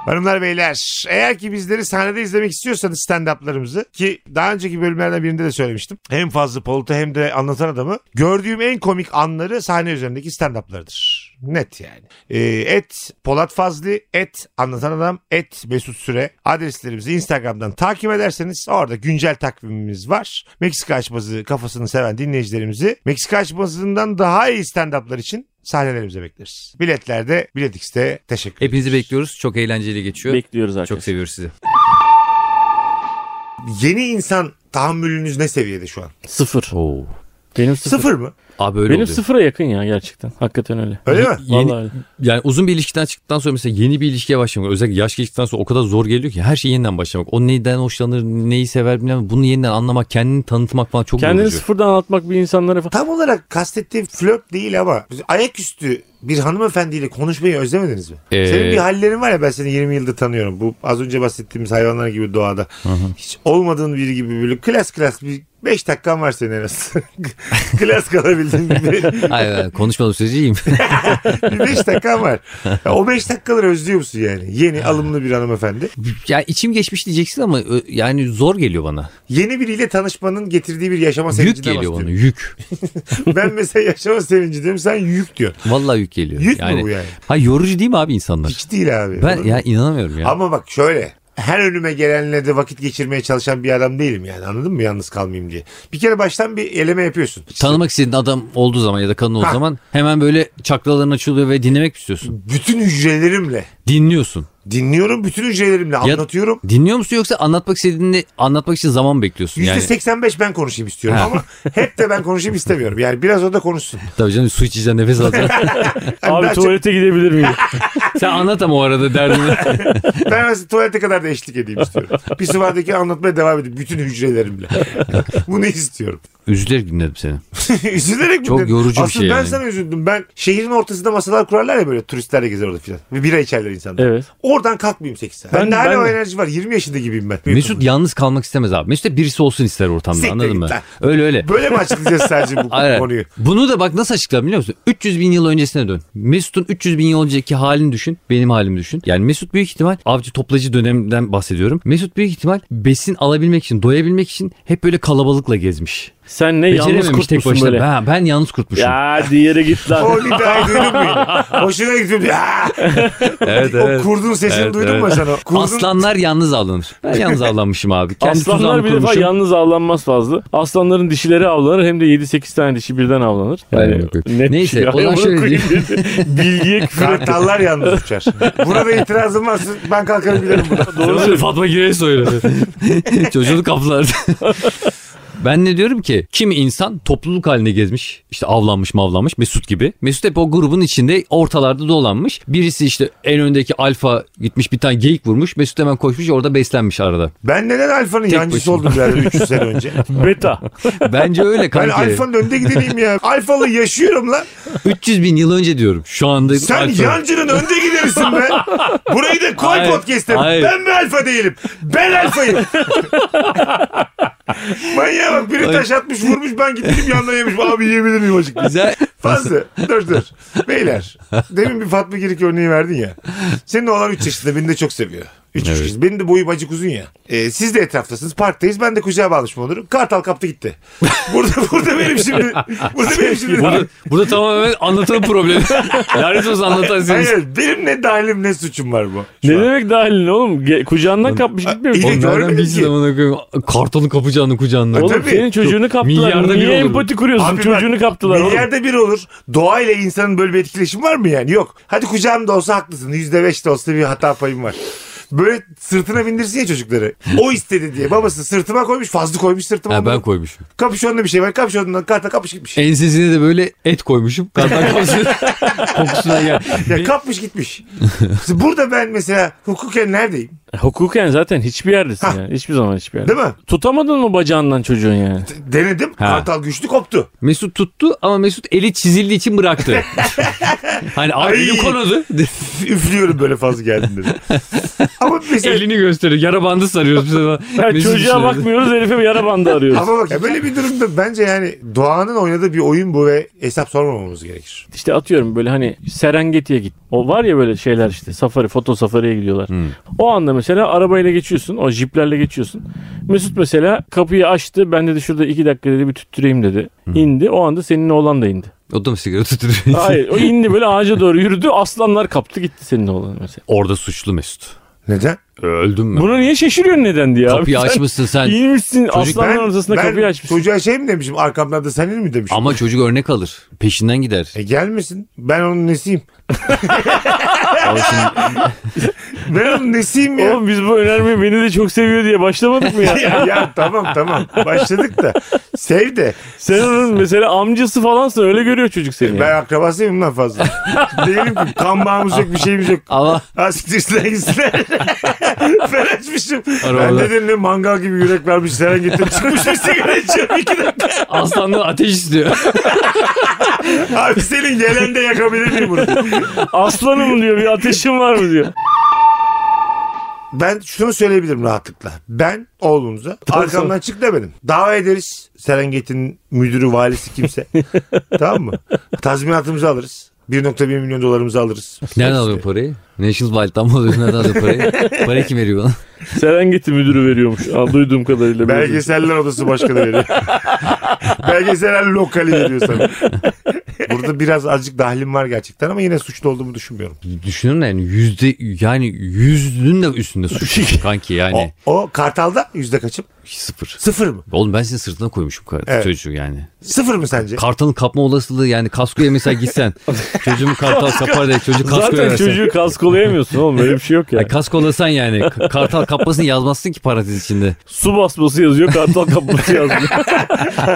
[SPEAKER 1] Hanımlar beyler eğer ki bizleri sahnede izlemek istiyorsanız stand-up'larımızı ki daha önceki bölümlerden birinde de söylemiştim. Hem Fazlı Polat'ı hem de anlatan adamı gördüğüm en komik anları sahne üzerindeki stand-up'larıdır. Net yani. Ee, et Polat Fazlı, et anlatan adam, et Mesut Süre adreslerimizi Instagram'dan takip ederseniz orada güncel takvimimiz var. Meksika açmazı kafasını seven dinleyicilerimizi Meksika açmazından daha iyi stand-up'lar için sahnelerimize bekleriz. Biletlerde Bilet X'te teşekkür
[SPEAKER 2] Hepinizi bekliyoruz. Çok eğlenceli geçiyor.
[SPEAKER 3] Bekliyoruz herkes.
[SPEAKER 2] çok seviyoruz sizi.
[SPEAKER 1] Yeni insan tahammülünüz ne seviyede şu an?
[SPEAKER 3] Sıfır.
[SPEAKER 2] Oo.
[SPEAKER 3] Benim
[SPEAKER 1] Sıfır,
[SPEAKER 3] sıfır.
[SPEAKER 1] mı?
[SPEAKER 2] Abi öyle
[SPEAKER 3] Benim
[SPEAKER 2] oluyor.
[SPEAKER 3] sıfıra yakın ya gerçekten. Hakikaten öyle.
[SPEAKER 1] Öyle mi?
[SPEAKER 2] Yeni-
[SPEAKER 3] Vallahi öyle.
[SPEAKER 2] yani uzun bir ilişkiden çıktıktan sonra mesela yeni bir ilişkiye başlamak özellikle yaş geçtikten sonra o kadar zor geliyor ki her şeyi yeniden başlamak. O neyden hoşlanır, neyi sever bilmem bunu yeniden anlamak, kendini tanıtmak falan çok
[SPEAKER 3] Kendini
[SPEAKER 2] yorucu.
[SPEAKER 3] sıfırdan anlatmak bir insanlara falan.
[SPEAKER 1] Tam olarak kastettiğim flört değil ama ayaküstü bir hanımefendiyle konuşmayı özlemediniz mi?
[SPEAKER 2] Ee,
[SPEAKER 1] Senin bir hallerin var ya ben seni 20 yıldır tanıyorum. Bu az önce bahsettiğimiz hayvanlar gibi doğada. Hiç olmadığın biri gibi böyle klas klas bir 5 dakikan var senin en az. klas kalabildiğin gibi.
[SPEAKER 2] Hayır, hayır konuşmadım sürece iyiyim.
[SPEAKER 1] bir 5 dakikan var. Ya o 5 dakikaları özlüyor musun yani?
[SPEAKER 2] Ee.
[SPEAKER 1] Yeni alımlı bir hanımefendi.
[SPEAKER 2] ya içim geçmiş diyeceksin ama ö, yani zor geliyor bana.
[SPEAKER 1] Yeni biriyle tanışmanın getirdiği bir yaşama
[SPEAKER 2] Yük
[SPEAKER 1] sevincinden
[SPEAKER 2] geliyor bana
[SPEAKER 1] bahsediyorum.
[SPEAKER 2] yük.
[SPEAKER 1] Ben mesela yaşama sevinci diyorum sen yük diyorsun.
[SPEAKER 2] Vallahi yük geliyor.
[SPEAKER 1] Yük mü bu yani?
[SPEAKER 2] Ha yorucu değil mi abi insanlar?
[SPEAKER 1] Hiç değil abi.
[SPEAKER 2] Ben
[SPEAKER 1] Olur
[SPEAKER 2] ya inanamıyorum ya.
[SPEAKER 1] Ama bak şöyle her önüme gelenle de vakit geçirmeye çalışan bir adam değilim yani anladın mı yalnız kalmayayım diye. Bir kere baştan bir eleme yapıyorsun.
[SPEAKER 2] Tanımak istediğin adam olduğu zaman ya da kadın olduğu
[SPEAKER 1] Ha.
[SPEAKER 2] zaman hemen böyle çakraların açılıyor ve dinlemek istiyorsun.
[SPEAKER 1] Bütün hücrelerimle
[SPEAKER 2] Dinliyorsun.
[SPEAKER 1] dinliyorum bütün hücrelerimle anlatıyorum.
[SPEAKER 2] Dinliyor musun yoksa anlatmak istediğini anlatmak için zaman mı bekliyorsun yani.
[SPEAKER 1] %85 ben konuşayım istiyorum
[SPEAKER 2] Ha.
[SPEAKER 1] ama hep de ben konuşayım istemiyorum. Yani biraz o da konuşsun.
[SPEAKER 2] Tabii canım su içeceksin nefes alacaksın.
[SPEAKER 1] Hani
[SPEAKER 3] Abi
[SPEAKER 1] daha
[SPEAKER 3] tuvalete gidebilir miyim?
[SPEAKER 2] Sen anlat ama o arada derdini.
[SPEAKER 1] çok- ben aslında tuvalete kadar da eşlik edeyim istiyorum. Bir sıvadaki anlatmaya devam edeyim bütün hücrelerimle. Bunu istiyorum.
[SPEAKER 2] Üzülerek dinledim seni.
[SPEAKER 1] Üzülerek mi
[SPEAKER 2] Çok
[SPEAKER 1] dedin?
[SPEAKER 2] yorucu bir
[SPEAKER 1] Aslında
[SPEAKER 2] şey
[SPEAKER 1] ben
[SPEAKER 2] yani.
[SPEAKER 1] sana üzüldüm. Ben şehrin ortasında masalar kurarlar ya böyle turistler de gezer orada filan. Ve bira içerler insanlar.
[SPEAKER 3] Evet.
[SPEAKER 1] Oradan kalkmayayım 8 saat.
[SPEAKER 3] Ben-
[SPEAKER 1] Bende
[SPEAKER 3] ben
[SPEAKER 1] hala o
[SPEAKER 3] de.
[SPEAKER 1] enerji var. 20 yaşında gibiyim ben.
[SPEAKER 2] Mesut yalnız kalmak istemez abi. Mesut de birisi olsun ister ortamda
[SPEAKER 1] Siktir
[SPEAKER 2] anladın
[SPEAKER 1] git
[SPEAKER 2] mı?
[SPEAKER 1] lan.
[SPEAKER 2] Öyle öyle.
[SPEAKER 1] Böyle mi açıklayacağız sadece bu
[SPEAKER 2] Aynen.
[SPEAKER 1] konuyu?
[SPEAKER 2] Bunu da bak nasıl açıklar biliyor musun? 300 bin yıl öncesine dön. Mesut'un 300 bin yıl önceki halini düşün. Benim halimi düşün. Yani Mesut büyük ihtimal avcı toplayıcı dönemden bahsediyorum. Mesut büyük ihtimal besin alabilmek için, doyabilmek için hep böyle kalabalıkla gezmiş.
[SPEAKER 3] Sen ne yalnız
[SPEAKER 2] Becerememiş tek
[SPEAKER 3] kurtmuşsun
[SPEAKER 2] başına.
[SPEAKER 3] böyle.
[SPEAKER 2] Ha, ben yalnız kurtmuşum.
[SPEAKER 3] Ya diğeri git
[SPEAKER 1] O
[SPEAKER 3] lan.
[SPEAKER 1] nidayı duydun mu? yine? Hoşuna gidiyor. Ya!
[SPEAKER 2] evet,
[SPEAKER 1] O kurdun sesini
[SPEAKER 2] Evet,
[SPEAKER 1] duydun mu
[SPEAKER 2] evet.
[SPEAKER 1] sen o? Kurdun...
[SPEAKER 2] Aslanlar yalnız avlanır. Ben yalnız avlanmışım abi. Kendi
[SPEAKER 3] Aslanlar
[SPEAKER 2] tuzağımı
[SPEAKER 3] bir defa
[SPEAKER 2] kurmuşum.
[SPEAKER 3] yalnız avlanmaz fazla. Aslanların dişileri avlanır hem de 7-8 tane dişi birden avlanır.
[SPEAKER 2] Aynen, yok, yok.
[SPEAKER 3] net
[SPEAKER 2] Neyse,
[SPEAKER 3] ya.
[SPEAKER 2] o zaman
[SPEAKER 3] Amına
[SPEAKER 2] şöyle
[SPEAKER 3] koyayım dedi. Bilgiye küfür etti.
[SPEAKER 1] Kartallar yalnız uçar. Burada itirazım var. Ben kalkarım giderim buradan.
[SPEAKER 3] Doğru
[SPEAKER 2] Doğru Fatma Girey söylüyor. Çocuğunu kaplar. Ben ne diyorum ki kimi insan topluluk halinde gezmiş işte avlanmış mavlanmış Mesut gibi. Mesut hep o grubun içinde ortalarda dolanmış. Birisi işte en öndeki alfa gitmiş bir tane geyik vurmuş. Mesut hemen koşmuş orada beslenmiş arada.
[SPEAKER 1] Ben neden Alfa'nın yancısı
[SPEAKER 2] başına.
[SPEAKER 1] oldum yani 300 sene önce?
[SPEAKER 3] Beta.
[SPEAKER 2] Bence öyle
[SPEAKER 1] Ben
[SPEAKER 2] kanka.
[SPEAKER 1] Alfa'nın önde gideneyim ya. Alfalı yaşıyorum lan.
[SPEAKER 2] 300 bin yıl önce diyorum şu anda.
[SPEAKER 1] Sen
[SPEAKER 2] alfa.
[SPEAKER 1] yancının önde giderisin be. Burayı da koy
[SPEAKER 2] Hayır,
[SPEAKER 1] podcast'e.
[SPEAKER 2] hayır.
[SPEAKER 1] Ben mi alfa değilim? Ben alfayım. Manyağa bak biri taş atmış vurmuş ben gittim yanına yemiş. Abi yiyebilir miyim azıcık?
[SPEAKER 2] Güzel.
[SPEAKER 1] Fazla. Dur dur. Beyler. Demin bir Fatma Girik örneği verdin ya. Senin oğlan 3 yaşında beni de çok seviyor. 3
[SPEAKER 2] Evet.
[SPEAKER 1] yaşında. Benim de boyu bacık uzun ya. Ee, siz de etraftasınız. Parktayız. Ben de kucağa bağlışma olurum. Kartal kaptı gitti. Burada burada benim şimdi. Burada benim şimdi.
[SPEAKER 2] Burada, burada tamamen anlatılan problem. Lanet olsun anlatan siz.
[SPEAKER 1] Hayır benim ne dahilim ne suçum var bu. Şu
[SPEAKER 3] ne
[SPEAKER 1] an.
[SPEAKER 3] demek dahilin oğlum? Ge- kucağından kapmış gitmiyor
[SPEAKER 1] iyi
[SPEAKER 3] mu?
[SPEAKER 1] de
[SPEAKER 2] Oğlum nereden
[SPEAKER 1] görmedim
[SPEAKER 2] bilsin
[SPEAKER 1] ki.
[SPEAKER 2] amına koyayım? Kartalın kapacağını kucağından.
[SPEAKER 3] Oğlum
[SPEAKER 1] Tabii.
[SPEAKER 3] senin çocuğunu kaptılar.
[SPEAKER 2] Milyarda bir
[SPEAKER 3] Niye
[SPEAKER 2] olurdu.
[SPEAKER 3] empati kuruyorsun?
[SPEAKER 1] Abi
[SPEAKER 3] çocuğunu
[SPEAKER 1] bak,
[SPEAKER 3] kaptılar oğlum.
[SPEAKER 1] Milyarda bir olur. Doğayla insanın böyle bir etkileşimi var mı yani? Yok. Hadi kucağımda olsa haklısın. Yüzde beş de olsa bir hata payım var. Böyle sırtına bindirsin ya çocukları. O istedi diye. Babası sırtıma koymuş. Fazla koymuş sırtıma.
[SPEAKER 2] Ha, ben
[SPEAKER 1] ben...
[SPEAKER 2] koymuşum.
[SPEAKER 1] Kapüşonda bir şey var. Kapüşondan karta kapış gitmiş.
[SPEAKER 2] Ensesine de böyle et koymuşum. Kartal kapısı kokusuna gel.
[SPEAKER 3] E,
[SPEAKER 1] ya kapmış gitmiş. Şimdi Burada ben mesela hukuken neredeyim?
[SPEAKER 3] Hukuken zaten hiçbir yerdesin yani. Hiçbir zaman hiçbir yerde.
[SPEAKER 1] Değil mi?
[SPEAKER 3] Tutamadın mı bacağından çocuğun yani?
[SPEAKER 1] Denedim.
[SPEAKER 2] Ha.
[SPEAKER 1] Kartal güçlü koptu.
[SPEAKER 2] Mesut tuttu ama Mesut eli çizildiği için bıraktı. hani abi
[SPEAKER 1] Ay.
[SPEAKER 2] eli konudu.
[SPEAKER 1] Üflüyorum böyle fazla geldim dedi. Ama mesela
[SPEAKER 2] Elini gösteriyor. Yara bandı sarıyoruz biz ama.
[SPEAKER 3] Ya
[SPEAKER 2] Mesut
[SPEAKER 3] çocuğa
[SPEAKER 2] düşünüyor.
[SPEAKER 3] bakmıyoruz herife bir yara bandı arıyoruz.
[SPEAKER 1] Ama bak ya böyle bir durumda bence yani doğanın oynadığı bir oyun bu ve hesap sormamamız gerekir.
[SPEAKER 3] İşte atıyorum böyle hani Serengeti'ye git. O var ya böyle şeyler işte safari, foto safariye gidiyorlar.
[SPEAKER 1] Hmm.
[SPEAKER 3] O anda mesela arabayla geçiyorsun. O jiplerle geçiyorsun. Mesut mesela kapıyı açtı. Ben dedi şurada iki dakika dedi bir tüttüreyim dedi.
[SPEAKER 1] Hmm.
[SPEAKER 3] İndi. O anda senin oğlan da indi.
[SPEAKER 2] O da mı sigara tutuyor?
[SPEAKER 3] Hayır o indi böyle ağaca doğru yürüdü. Aslanlar kaptı gitti senin oğlan mesela.
[SPEAKER 2] Orada suçlu Mesut.
[SPEAKER 1] Neden?
[SPEAKER 2] Öldüm mü?
[SPEAKER 3] Buna niye şaşırıyorsun neden diye abi.
[SPEAKER 2] Kapıyı
[SPEAKER 3] Sen
[SPEAKER 2] açmışsın sen.
[SPEAKER 3] İnmişsin aslanların
[SPEAKER 1] Ben-
[SPEAKER 3] ortasında
[SPEAKER 1] ben
[SPEAKER 3] kapıyı açmışsın.
[SPEAKER 1] Çocuğa şey mi demişim arkamdan da senin mi demişim?
[SPEAKER 2] Ama çocuk örnek alır. Peşinden gider.
[SPEAKER 1] E gelmesin. Ben onun nesiyim.
[SPEAKER 2] Abi şimdi-
[SPEAKER 1] Ben onun nesiyim ya.
[SPEAKER 3] Oğlum biz bu önermeyi beni de çok seviyor diye başlamadık mı ya?
[SPEAKER 1] ya, ya tamam tamam. Başladık da. Sev de.
[SPEAKER 3] Sen onun mesela amcası falansa öyle görüyor çocuk seni.
[SPEAKER 1] Ben akrabasıyım lan fazla. Değilim ki kan bağımız yok bir şeyimiz yok.
[SPEAKER 2] ama
[SPEAKER 1] Asiktirsinler gitsinler. ben açmışım. Ben
[SPEAKER 2] Arabalar.
[SPEAKER 1] dedim ne mangal gibi yürek vermiş. Seren getirip çıkmış bir sigara içiyorum. İki dakika.
[SPEAKER 2] aslanlar ateş istiyor.
[SPEAKER 1] Abi senin gelen de yakabilir miyim bunu?
[SPEAKER 3] Aslanım diyor bir ateşin var mı diyor.
[SPEAKER 1] Ben şunu söyleyebilirim rahatlıkla. Ben oğlunuza arkamdan çık demedim. Dava ederiz. Serengeti'nin müdürü, valisi kimse. tamam mı? Tazminatımızı alırız. 1.1 milyon dolarımızı alırız.
[SPEAKER 2] Nereden alıyor parayı? National Wild'dan mı alıyor? Nereden alıyor parayı? Parayı kim veriyor bana?
[SPEAKER 3] Serengeti müdürü veriyormuş Aa, duyduğum kadarıyla. biraz önce.
[SPEAKER 1] Belgeseller odası başkanı veriyor. Belgeseller lokali veriyor sana. Burada biraz azıcık dahlim var gerçekten ama yine suçlu olduğumu düşünmüyorum.
[SPEAKER 2] Düşünüyorum da yani yüzde yani yüzünün de üstünde suç kanki
[SPEAKER 1] O,
[SPEAKER 2] yani
[SPEAKER 1] o Kartal'da yüzde kaçım?
[SPEAKER 2] sıfır.
[SPEAKER 1] Sıfır mı?
[SPEAKER 2] Oğlum ben senin sırtına koymuşum kar-
[SPEAKER 1] Evet.
[SPEAKER 2] çocuğu yani.
[SPEAKER 1] Sıfır mı sence?
[SPEAKER 2] Kartalın kapma olasılığı yani kaskoya mesela gitsen. çocuğumu kartal kapar diye çocuğu kaskoya
[SPEAKER 3] Zaten
[SPEAKER 2] versen.
[SPEAKER 3] çocuğu kaskolayamıyorsun oğlum öyle bir şey yok ya.
[SPEAKER 2] Yani kasko olasan yani K- kartal kapmasını yazmazsın ki parantez içinde.
[SPEAKER 3] Su basması yazıyor kartal kapması yazıyor.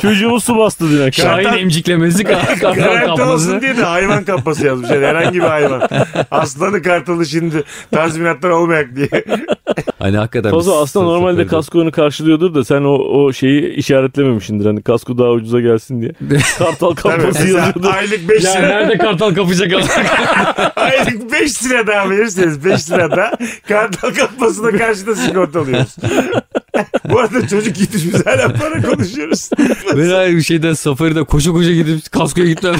[SPEAKER 3] Çocuğumu su bastı dün akşam.
[SPEAKER 2] Şahin emciklemesi kar- kartal
[SPEAKER 1] Garanti olsun
[SPEAKER 2] kapması.
[SPEAKER 1] diye de hayvan kapması yazmış. Yani herhangi bir hayvan. Aslanı kartalı şimdi tazminattan olmayak diye.
[SPEAKER 2] Hani hakikaten.
[SPEAKER 3] Fazla
[SPEAKER 2] biz-
[SPEAKER 3] aslında normalde kaskonu karşılıyordu ucuzdur da sen o, o şeyi işaretlememişsindir. Hani kasko daha ucuza gelsin diye. Kartal
[SPEAKER 1] Tabii
[SPEAKER 3] kampası
[SPEAKER 1] mesela
[SPEAKER 3] yazıyordu.
[SPEAKER 1] aylık 5
[SPEAKER 2] Ya
[SPEAKER 1] lira,
[SPEAKER 2] nerede kartal kapacak adam?
[SPEAKER 1] aylık 5 lira daha verirseniz 5 lira da kartal kapmasına karşı da sigorta alıyoruz. Bu arada çocuk gitmiş biz hala para konuşuyoruz.
[SPEAKER 2] ben abi bir şeyden safaride koşa koşa gidip kaskoya gitmem.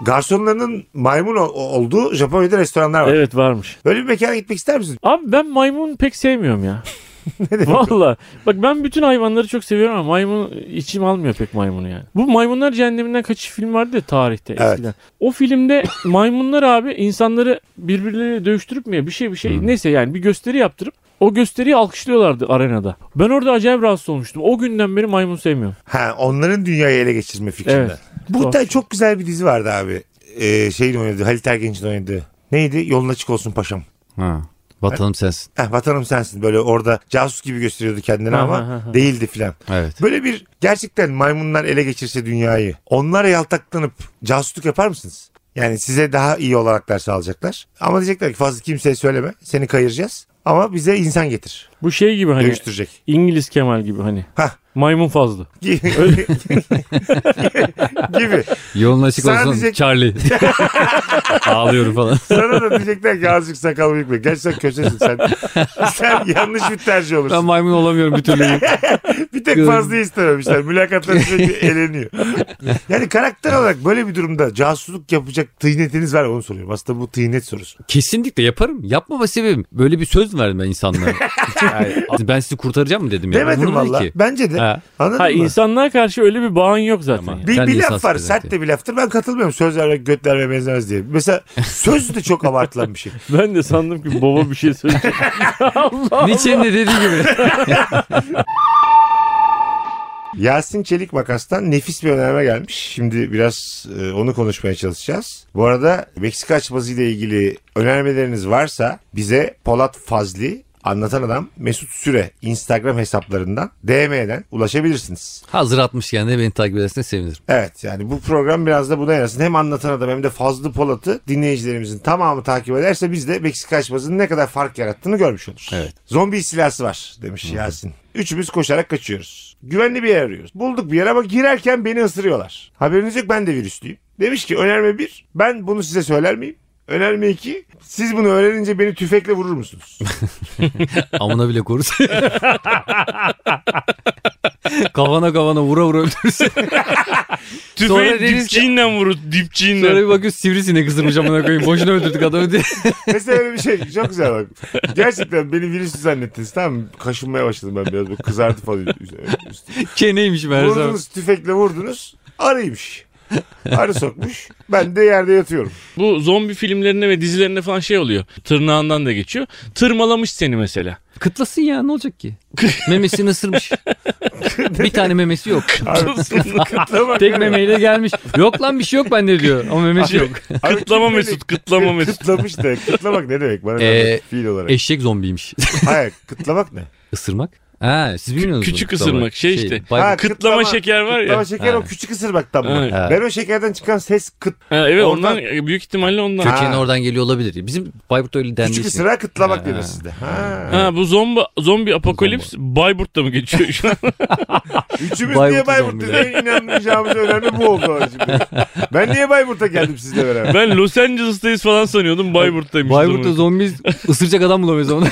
[SPEAKER 1] Garsonlarının maymun ol- olduğu Japonya'da restoranlar var.
[SPEAKER 3] Evet varmış.
[SPEAKER 1] Böyle bir mekana gitmek ister misin?
[SPEAKER 3] Abi ben maymun pek sevmiyorum ya. Valla. Bak ben bütün hayvanları çok seviyorum ama maymun içim almıyor pek maymunu yani. Bu Maymunlar Cehenneminden kaçış film vardı ya tarihte
[SPEAKER 1] Evet.
[SPEAKER 3] eskiden. O filmde maymunlar abi insanları birbirleriyle dövüştürüp mü ya bir şey bir
[SPEAKER 1] Hmm.
[SPEAKER 3] şey neyse yani bir gösteri yaptırıp o gösteriyi alkışlıyorlardı arenada. Ben orada acayip rahatsız olmuştum. O günden beri maymun sevmiyorum.
[SPEAKER 1] Ha, onların dünyayı ele geçirme fikrinde.
[SPEAKER 3] Evet.
[SPEAKER 1] Bu da çok güzel bir dizi vardı abi. Ee, şeyin oynadığı, Halit Ergenç'in oynadığı. Neydi? Yolun açık olsun paşam.
[SPEAKER 2] Ha. Vatanım sensin.
[SPEAKER 1] Heh, vatanım sensin. Böyle orada casus gibi gösteriyordu kendini
[SPEAKER 3] Ha,
[SPEAKER 1] ama
[SPEAKER 3] ha, ha, ha.
[SPEAKER 1] değildi filan.
[SPEAKER 2] Evet.
[SPEAKER 1] Böyle bir gerçekten maymunlar ele geçirse dünyayı onlara yaltaklanıp casusluk yapar mısınız? Yani size daha iyi olaraklar sağlayacaklar. Ama diyecekler ki fazla kimseye söyleme seni kayıracağız. Ama bize insan getir.
[SPEAKER 3] Bu şey gibi hani
[SPEAKER 1] Dövüştürecek.
[SPEAKER 3] İngiliz Kemal gibi hani.
[SPEAKER 1] Hah.
[SPEAKER 3] Maymun fazla.
[SPEAKER 1] gibi.
[SPEAKER 2] Yolun açık olsun
[SPEAKER 1] Sadece-
[SPEAKER 2] Charlie. Ağlıyorum falan.
[SPEAKER 1] Sana da diyecekler ki azıcık sakal büyük Gerçi sen kösesin sen. Sen yanlış bir tercih
[SPEAKER 2] Ben
[SPEAKER 1] olursun.
[SPEAKER 2] maymun olamıyorum bir türlü.
[SPEAKER 1] Bir tek fazla istememişler. Mülakatlar sürekli eleniyor. Yani karakter olarak böyle bir durumda casusluk yapacak tıynetiniz var mı? onu soruyorum. Aslında bu tıynet sorusu.
[SPEAKER 2] Kesinlikle yaparım. Yapmama sebebim. Böyle bir söz mü verdim ben insanlara? Yani ben sizi kurtaracağım mı dedim ya.
[SPEAKER 1] Demedim
[SPEAKER 2] Umurumda değil
[SPEAKER 1] valla.
[SPEAKER 2] ki.
[SPEAKER 1] Bence de.
[SPEAKER 2] Ha.
[SPEAKER 1] Anladın
[SPEAKER 3] Ha
[SPEAKER 1] mı?
[SPEAKER 3] insanlığa karşı öyle bir bağın yok zaten.
[SPEAKER 2] Tamam.
[SPEAKER 3] yani.
[SPEAKER 1] Bir,
[SPEAKER 2] Sen
[SPEAKER 1] bir
[SPEAKER 2] de
[SPEAKER 1] laf
[SPEAKER 2] lisans
[SPEAKER 1] var
[SPEAKER 2] prezenti.
[SPEAKER 1] sert de bir laftır. Ben katılmıyorum. Söz vermek göt vermeye benzemez diye. Mesela söz de çok abartılan bir şey.
[SPEAKER 3] Ben de sandım ki baba bir şey söyleyecek. Allah.
[SPEAKER 2] Nietzsche'nin de dediği gibi.
[SPEAKER 1] Yasin Çelik Makas'tan nefis bir önerme gelmiş. Şimdi biraz e, onu konuşmaya çalışacağız. Bu arada Meksika açması ile ilgili önermeleriniz varsa bize Polat Fazli Anlatan Adam Mesut Süre Instagram hesaplarından DM'den ulaşabilirsiniz.
[SPEAKER 2] Hazır atmışken de beni takip ederseniz sevinirim.
[SPEAKER 1] Evet yani bu program biraz da buna yarasın. Hem Anlatan Adam hem de Fazlı Polat'ı dinleyicilerimizin tamamı takip ederse biz de Meksika açmasının ne kadar fark yarattığını görmüş oluruz.
[SPEAKER 2] Evet.
[SPEAKER 1] Zombi istilası var demiş Yasin. Üçümüz koşarak kaçıyoruz. Güvenli bir yer arıyoruz. Bulduk bir yer ama girerken beni ısırıyorlar. Haberiniz yok ben de virüslüyüm. Demiş ki önerme bir ben bunu size söyler miyim? Önerme iki siz bunu öğrenince beni tüfekle vurur musunuz?
[SPEAKER 2] Amına bile korusun. kafana kafana vura vura öldürürsün. Tüfeği Sonra deniz-
[SPEAKER 3] vurur.
[SPEAKER 2] Sonra
[SPEAKER 3] Dipçiğinden.
[SPEAKER 2] bir bakıyorsun sivrisinek ısırmış amına koyayım. Boşuna öldürdük adamı diye.
[SPEAKER 1] Mesela öyle bir şey çok güzel bak. Gerçekten beni virüslü zannettiniz tamam mı? Kaşınmaya başladım ben biraz. Böyle kızardı falan üstü- üstü.
[SPEAKER 2] Keneymiş meğersem.
[SPEAKER 1] Vurdunuz tüfekle vurdunuz. Arıymış. Arı sokmuş. Ben de yerde yatıyorum.
[SPEAKER 3] Bu zombi filmlerinde ve dizilerinde falan şey oluyor. Tırnağından da geçiyor. Tırmalamış seni mesela.
[SPEAKER 2] Kıtlasın ya ne olacak ki? Memesini ısırmış. bir tane memesi yok.
[SPEAKER 1] Kıtlama.
[SPEAKER 2] Tek memeyle gelmiş. Yok lan bir şey yok bende diyor. Ama memesi
[SPEAKER 4] Ah,
[SPEAKER 2] yok.
[SPEAKER 1] Kıtlama
[SPEAKER 3] Mesut, kıtlama Mesut.
[SPEAKER 1] Kıtlamış da. Kıtlamak ne demek bana?
[SPEAKER 2] Ee,
[SPEAKER 1] Ee, fiil olarak.
[SPEAKER 2] Eşek zombiymiş.
[SPEAKER 1] Hayır kıtlamak ne?
[SPEAKER 2] Isırmak. Ha, siz bilmiyorsunuz. mu?
[SPEAKER 4] küçük
[SPEAKER 2] Tamam.
[SPEAKER 4] ısırmak, şey işte.
[SPEAKER 2] bay-
[SPEAKER 1] Ha,
[SPEAKER 4] kıtlama şeker var ya.
[SPEAKER 1] Kıtlama şeker o
[SPEAKER 2] Ha.
[SPEAKER 1] küçük ısırmaktan mı?
[SPEAKER 2] Evet.
[SPEAKER 1] Ben o şekerden çıkan ses kıt.
[SPEAKER 4] Ha, evet
[SPEAKER 1] Oradan-
[SPEAKER 4] ondan büyük ihtimalle ondan.
[SPEAKER 1] Ha.
[SPEAKER 2] Kökenin oradan geliyor olabilir. Bizim Bayburt'ta öyle dendiği
[SPEAKER 1] Küçük
[SPEAKER 2] için.
[SPEAKER 1] ısırağa kıtlamak
[SPEAKER 2] Ha.
[SPEAKER 1] denir sizde. Ha.
[SPEAKER 4] Ha, bu zombi zombi apokalips Bayburt'ta mı geçiyor şu an?
[SPEAKER 1] Üçümüz
[SPEAKER 2] Bayburt'u
[SPEAKER 1] niye Bayburt'ta
[SPEAKER 2] zombiler.
[SPEAKER 1] inanmayacağımız önemli bu oldu. Şimdi. Ben niye Bayburt'a geldim sizle beraber?
[SPEAKER 4] ben Los Angeles'tayız falan sanıyordum Bayburt'taymış.
[SPEAKER 2] Bayburt'ta zombi ısıracak adam bulamıyoruz onu.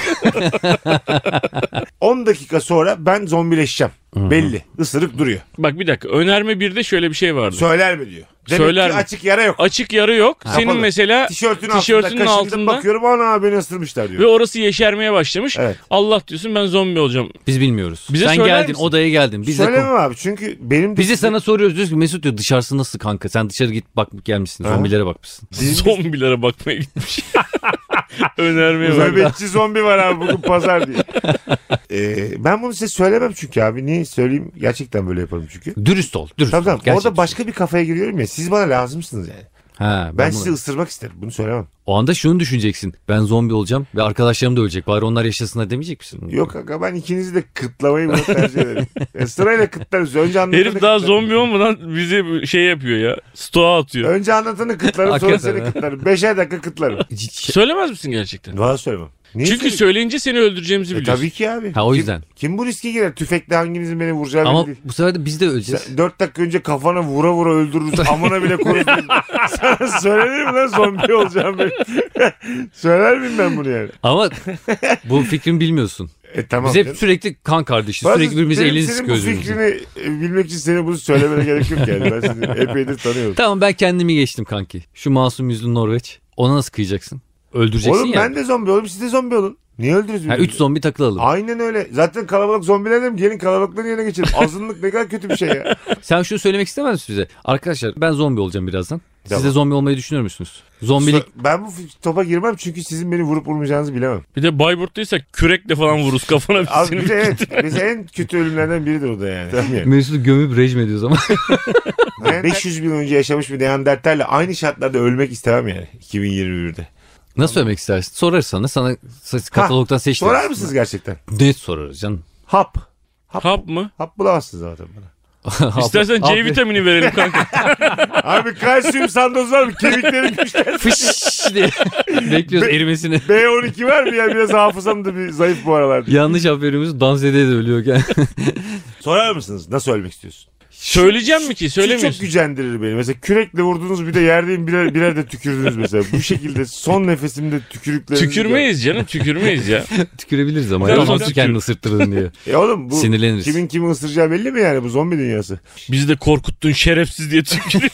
[SPEAKER 1] 10 dakika sonra ben zombileşeceğim. Belli. Isırık duruyor.
[SPEAKER 4] Bak bir dakika önerme bir de şöyle bir şey vardı.
[SPEAKER 1] Söyler mi diyor. Demek
[SPEAKER 4] Söyler
[SPEAKER 1] ki
[SPEAKER 4] mi?
[SPEAKER 1] açık yara yok.
[SPEAKER 4] Açık yarı yok. Senin
[SPEAKER 1] Kapalı.
[SPEAKER 4] mesela
[SPEAKER 1] Tişörtün altında
[SPEAKER 4] tişörtünün
[SPEAKER 1] kaşındım
[SPEAKER 4] altında.
[SPEAKER 1] bakıyorum ana beni ısırmışlar diyor.
[SPEAKER 4] ve orası yeşermeye başlamış.
[SPEAKER 1] Evet.
[SPEAKER 4] Allah diyorsun ben zombi olacağım.
[SPEAKER 2] Biz bilmiyoruz.
[SPEAKER 4] Bize
[SPEAKER 2] Sen
[SPEAKER 4] söyler
[SPEAKER 2] geldin
[SPEAKER 4] misin?
[SPEAKER 2] odaya geldin. Biz de
[SPEAKER 1] Söylemem abi çünkü benim de,
[SPEAKER 2] Bizi sana soruyoruz diyoruz ki Mesut diyor dışarısı nasıl kanka? Sen dışarı git bak gelmişsin.
[SPEAKER 1] Ha?
[SPEAKER 2] Zombilere bakmışsın.
[SPEAKER 1] bizim de
[SPEAKER 4] Zombilere bakmaya gitmiş. Önermeye bak.
[SPEAKER 1] nöbetçi zombi var abi bugün pazar diye. Ee, ben bunu size söylemem çünkü abi niye söyleyeyim gerçekten böyle yaparım çünkü.
[SPEAKER 2] Dürüst ol. Dürüst
[SPEAKER 1] Tamam
[SPEAKER 2] ol.
[SPEAKER 1] tamam
[SPEAKER 2] Gerçek
[SPEAKER 1] orada başka bir kafaya giriyorum ya siz bana lazımsınız yani.
[SPEAKER 2] Ha,
[SPEAKER 1] Ben,
[SPEAKER 2] ben bunu-
[SPEAKER 1] sizi ısırmak isterim bunu söylemem.
[SPEAKER 2] O anda şunu düşüneceksin. Ben zombi olacağım ve arkadaşlarım da ölecek. Bari onlar yaşasınlar demeyecek misin?
[SPEAKER 1] Yok kanka ben ikinizi de kıtlamayı bunu tercih ederim. E, sırayla kıtlarız önce anlatanı
[SPEAKER 4] Herif daha
[SPEAKER 1] kıtlarım.
[SPEAKER 4] zombi olmadan bizi şey yapıyor ya. Stoğa atıyor.
[SPEAKER 1] Önce anlatanı kıtlarım sonra
[SPEAKER 2] Hakikaten
[SPEAKER 1] seni
[SPEAKER 2] ha.
[SPEAKER 1] kıtlarım. Beşer dakika kıtlarım.
[SPEAKER 2] Hiç-
[SPEAKER 4] Söylemez misin gerçekten?
[SPEAKER 1] Valla söylemem. Niye
[SPEAKER 3] Çünkü
[SPEAKER 1] söyleyeyim?
[SPEAKER 3] söyleyince seni öldüreceğimizi
[SPEAKER 1] E,
[SPEAKER 3] biliyorsun.
[SPEAKER 1] tabii ki abi.
[SPEAKER 2] Ha, o yüzden.
[SPEAKER 1] Kim, kim bu riske girer? Tüfekle hanginizin beni vuracağı belli
[SPEAKER 2] Ama
[SPEAKER 1] değil.
[SPEAKER 2] bu sefer de biz de öleceğiz.
[SPEAKER 1] Sen Dört dakika önce kafana vura vura öldürürüz. Amına bile konuşmayız. Sana söylenir mi lan zombi olacağım ben? Söyler miyim ben bunu yani?
[SPEAKER 2] Ama bu fikrimi bilmiyorsun.
[SPEAKER 1] E tamam.
[SPEAKER 2] Biz
[SPEAKER 1] canım.
[SPEAKER 2] hep sürekli kan kardeşi.
[SPEAKER 1] Bazı-
[SPEAKER 2] Sürekli birbirimize
[SPEAKER 1] benim
[SPEAKER 2] elini
[SPEAKER 1] senin
[SPEAKER 2] sıkıyoruz.
[SPEAKER 1] bu
[SPEAKER 2] birbirimize.
[SPEAKER 1] fikrini e, bilmek için senin bunu söylemene gerek yok yani. Ben seni epeydir tanıyorum.
[SPEAKER 2] Tamam ben kendimi geçtim kanki. Şu masum yüzlü Norveç. Ona nasıl kıyacaksın? Öldüreceksin
[SPEAKER 1] Oğlum
[SPEAKER 2] ya.
[SPEAKER 1] ben de zombi oğlum siz de zombi olun. Niye öldürürüz
[SPEAKER 2] Ha, üç zombi takılalım.
[SPEAKER 1] Aynen öyle. Zaten kalabalık zombiler dedim gelin kalabalıkların yerine geçelim. Azınlık ne kadar kötü bir şey ya.
[SPEAKER 2] Sen şunu söylemek istemez misin bize? Arkadaşlar ben zombi olacağım birazdan. Siz
[SPEAKER 1] Tamam.
[SPEAKER 2] de zombi olmayı düşünür müsünüz? Zombilik
[SPEAKER 1] So- Ben bu f- topa girmem çünkü sizin beni vurup vurmayacağınızı bilemem.
[SPEAKER 3] Bir de Bayburt'taysa kürekle falan vururuz kafana bir
[SPEAKER 1] Abi
[SPEAKER 3] seni.
[SPEAKER 1] bir de evet. Mesela en kötü ölümlerden biridir o da yani. Tamam yani.
[SPEAKER 2] Mesut'u gömüp rejim ediyoruz ama.
[SPEAKER 1] Ben 500 bin önce yaşamış bir Neandertal'le aynı şartlarda ölmek istemem yani 2021'de.
[SPEAKER 2] Nasıl söylemek istersin? Sorar sana. Sana sa- katalogdan seç.
[SPEAKER 1] Sorar
[SPEAKER 2] dersin.
[SPEAKER 1] mısınız gerçekten?
[SPEAKER 2] Net sorarız canım.
[SPEAKER 1] Hap.
[SPEAKER 3] Hap mı?
[SPEAKER 1] Hap bulamazsın zaten bana.
[SPEAKER 3] İstersen
[SPEAKER 2] Abi-
[SPEAKER 3] C vitamini verelim kanka.
[SPEAKER 1] Abi kalsiyum sandoz var mı? Kemiklerim güçler.
[SPEAKER 2] Fış diye. Bekliyoruz erimesini.
[SPEAKER 1] B12 var mı ya? Biraz hafızam da bir zayıf bu aralarda.
[SPEAKER 2] Yanlış haberimiz dans ede de ölüyor. gel.
[SPEAKER 1] Sorar mısınız? Nasıl ölmek istiyorsun?
[SPEAKER 3] Söyleyeceğim mi ki?
[SPEAKER 1] Şu çok
[SPEAKER 3] Söylemiyorsun.
[SPEAKER 1] gücendirir beni. Mesela kürekle vurdunuz bir de yerdeyim birer, birer de tükürdünüz mesela. Bu şekilde son nefesimde tükürüklerinizi...
[SPEAKER 3] Tükürmeyiz canım tükürmeyiz ya.
[SPEAKER 2] Tükürebiliriz ama.
[SPEAKER 3] Tamam,
[SPEAKER 2] Tamam
[SPEAKER 3] tükür.
[SPEAKER 2] kendini ısırttırın diye.
[SPEAKER 1] E oğlum bu
[SPEAKER 2] Sinirleniriz.
[SPEAKER 1] kimin kimi ısıracağı belli mi yani bu zombi dünyası?
[SPEAKER 3] Bizi de korkuttun şerefsiz diye tükürüyor.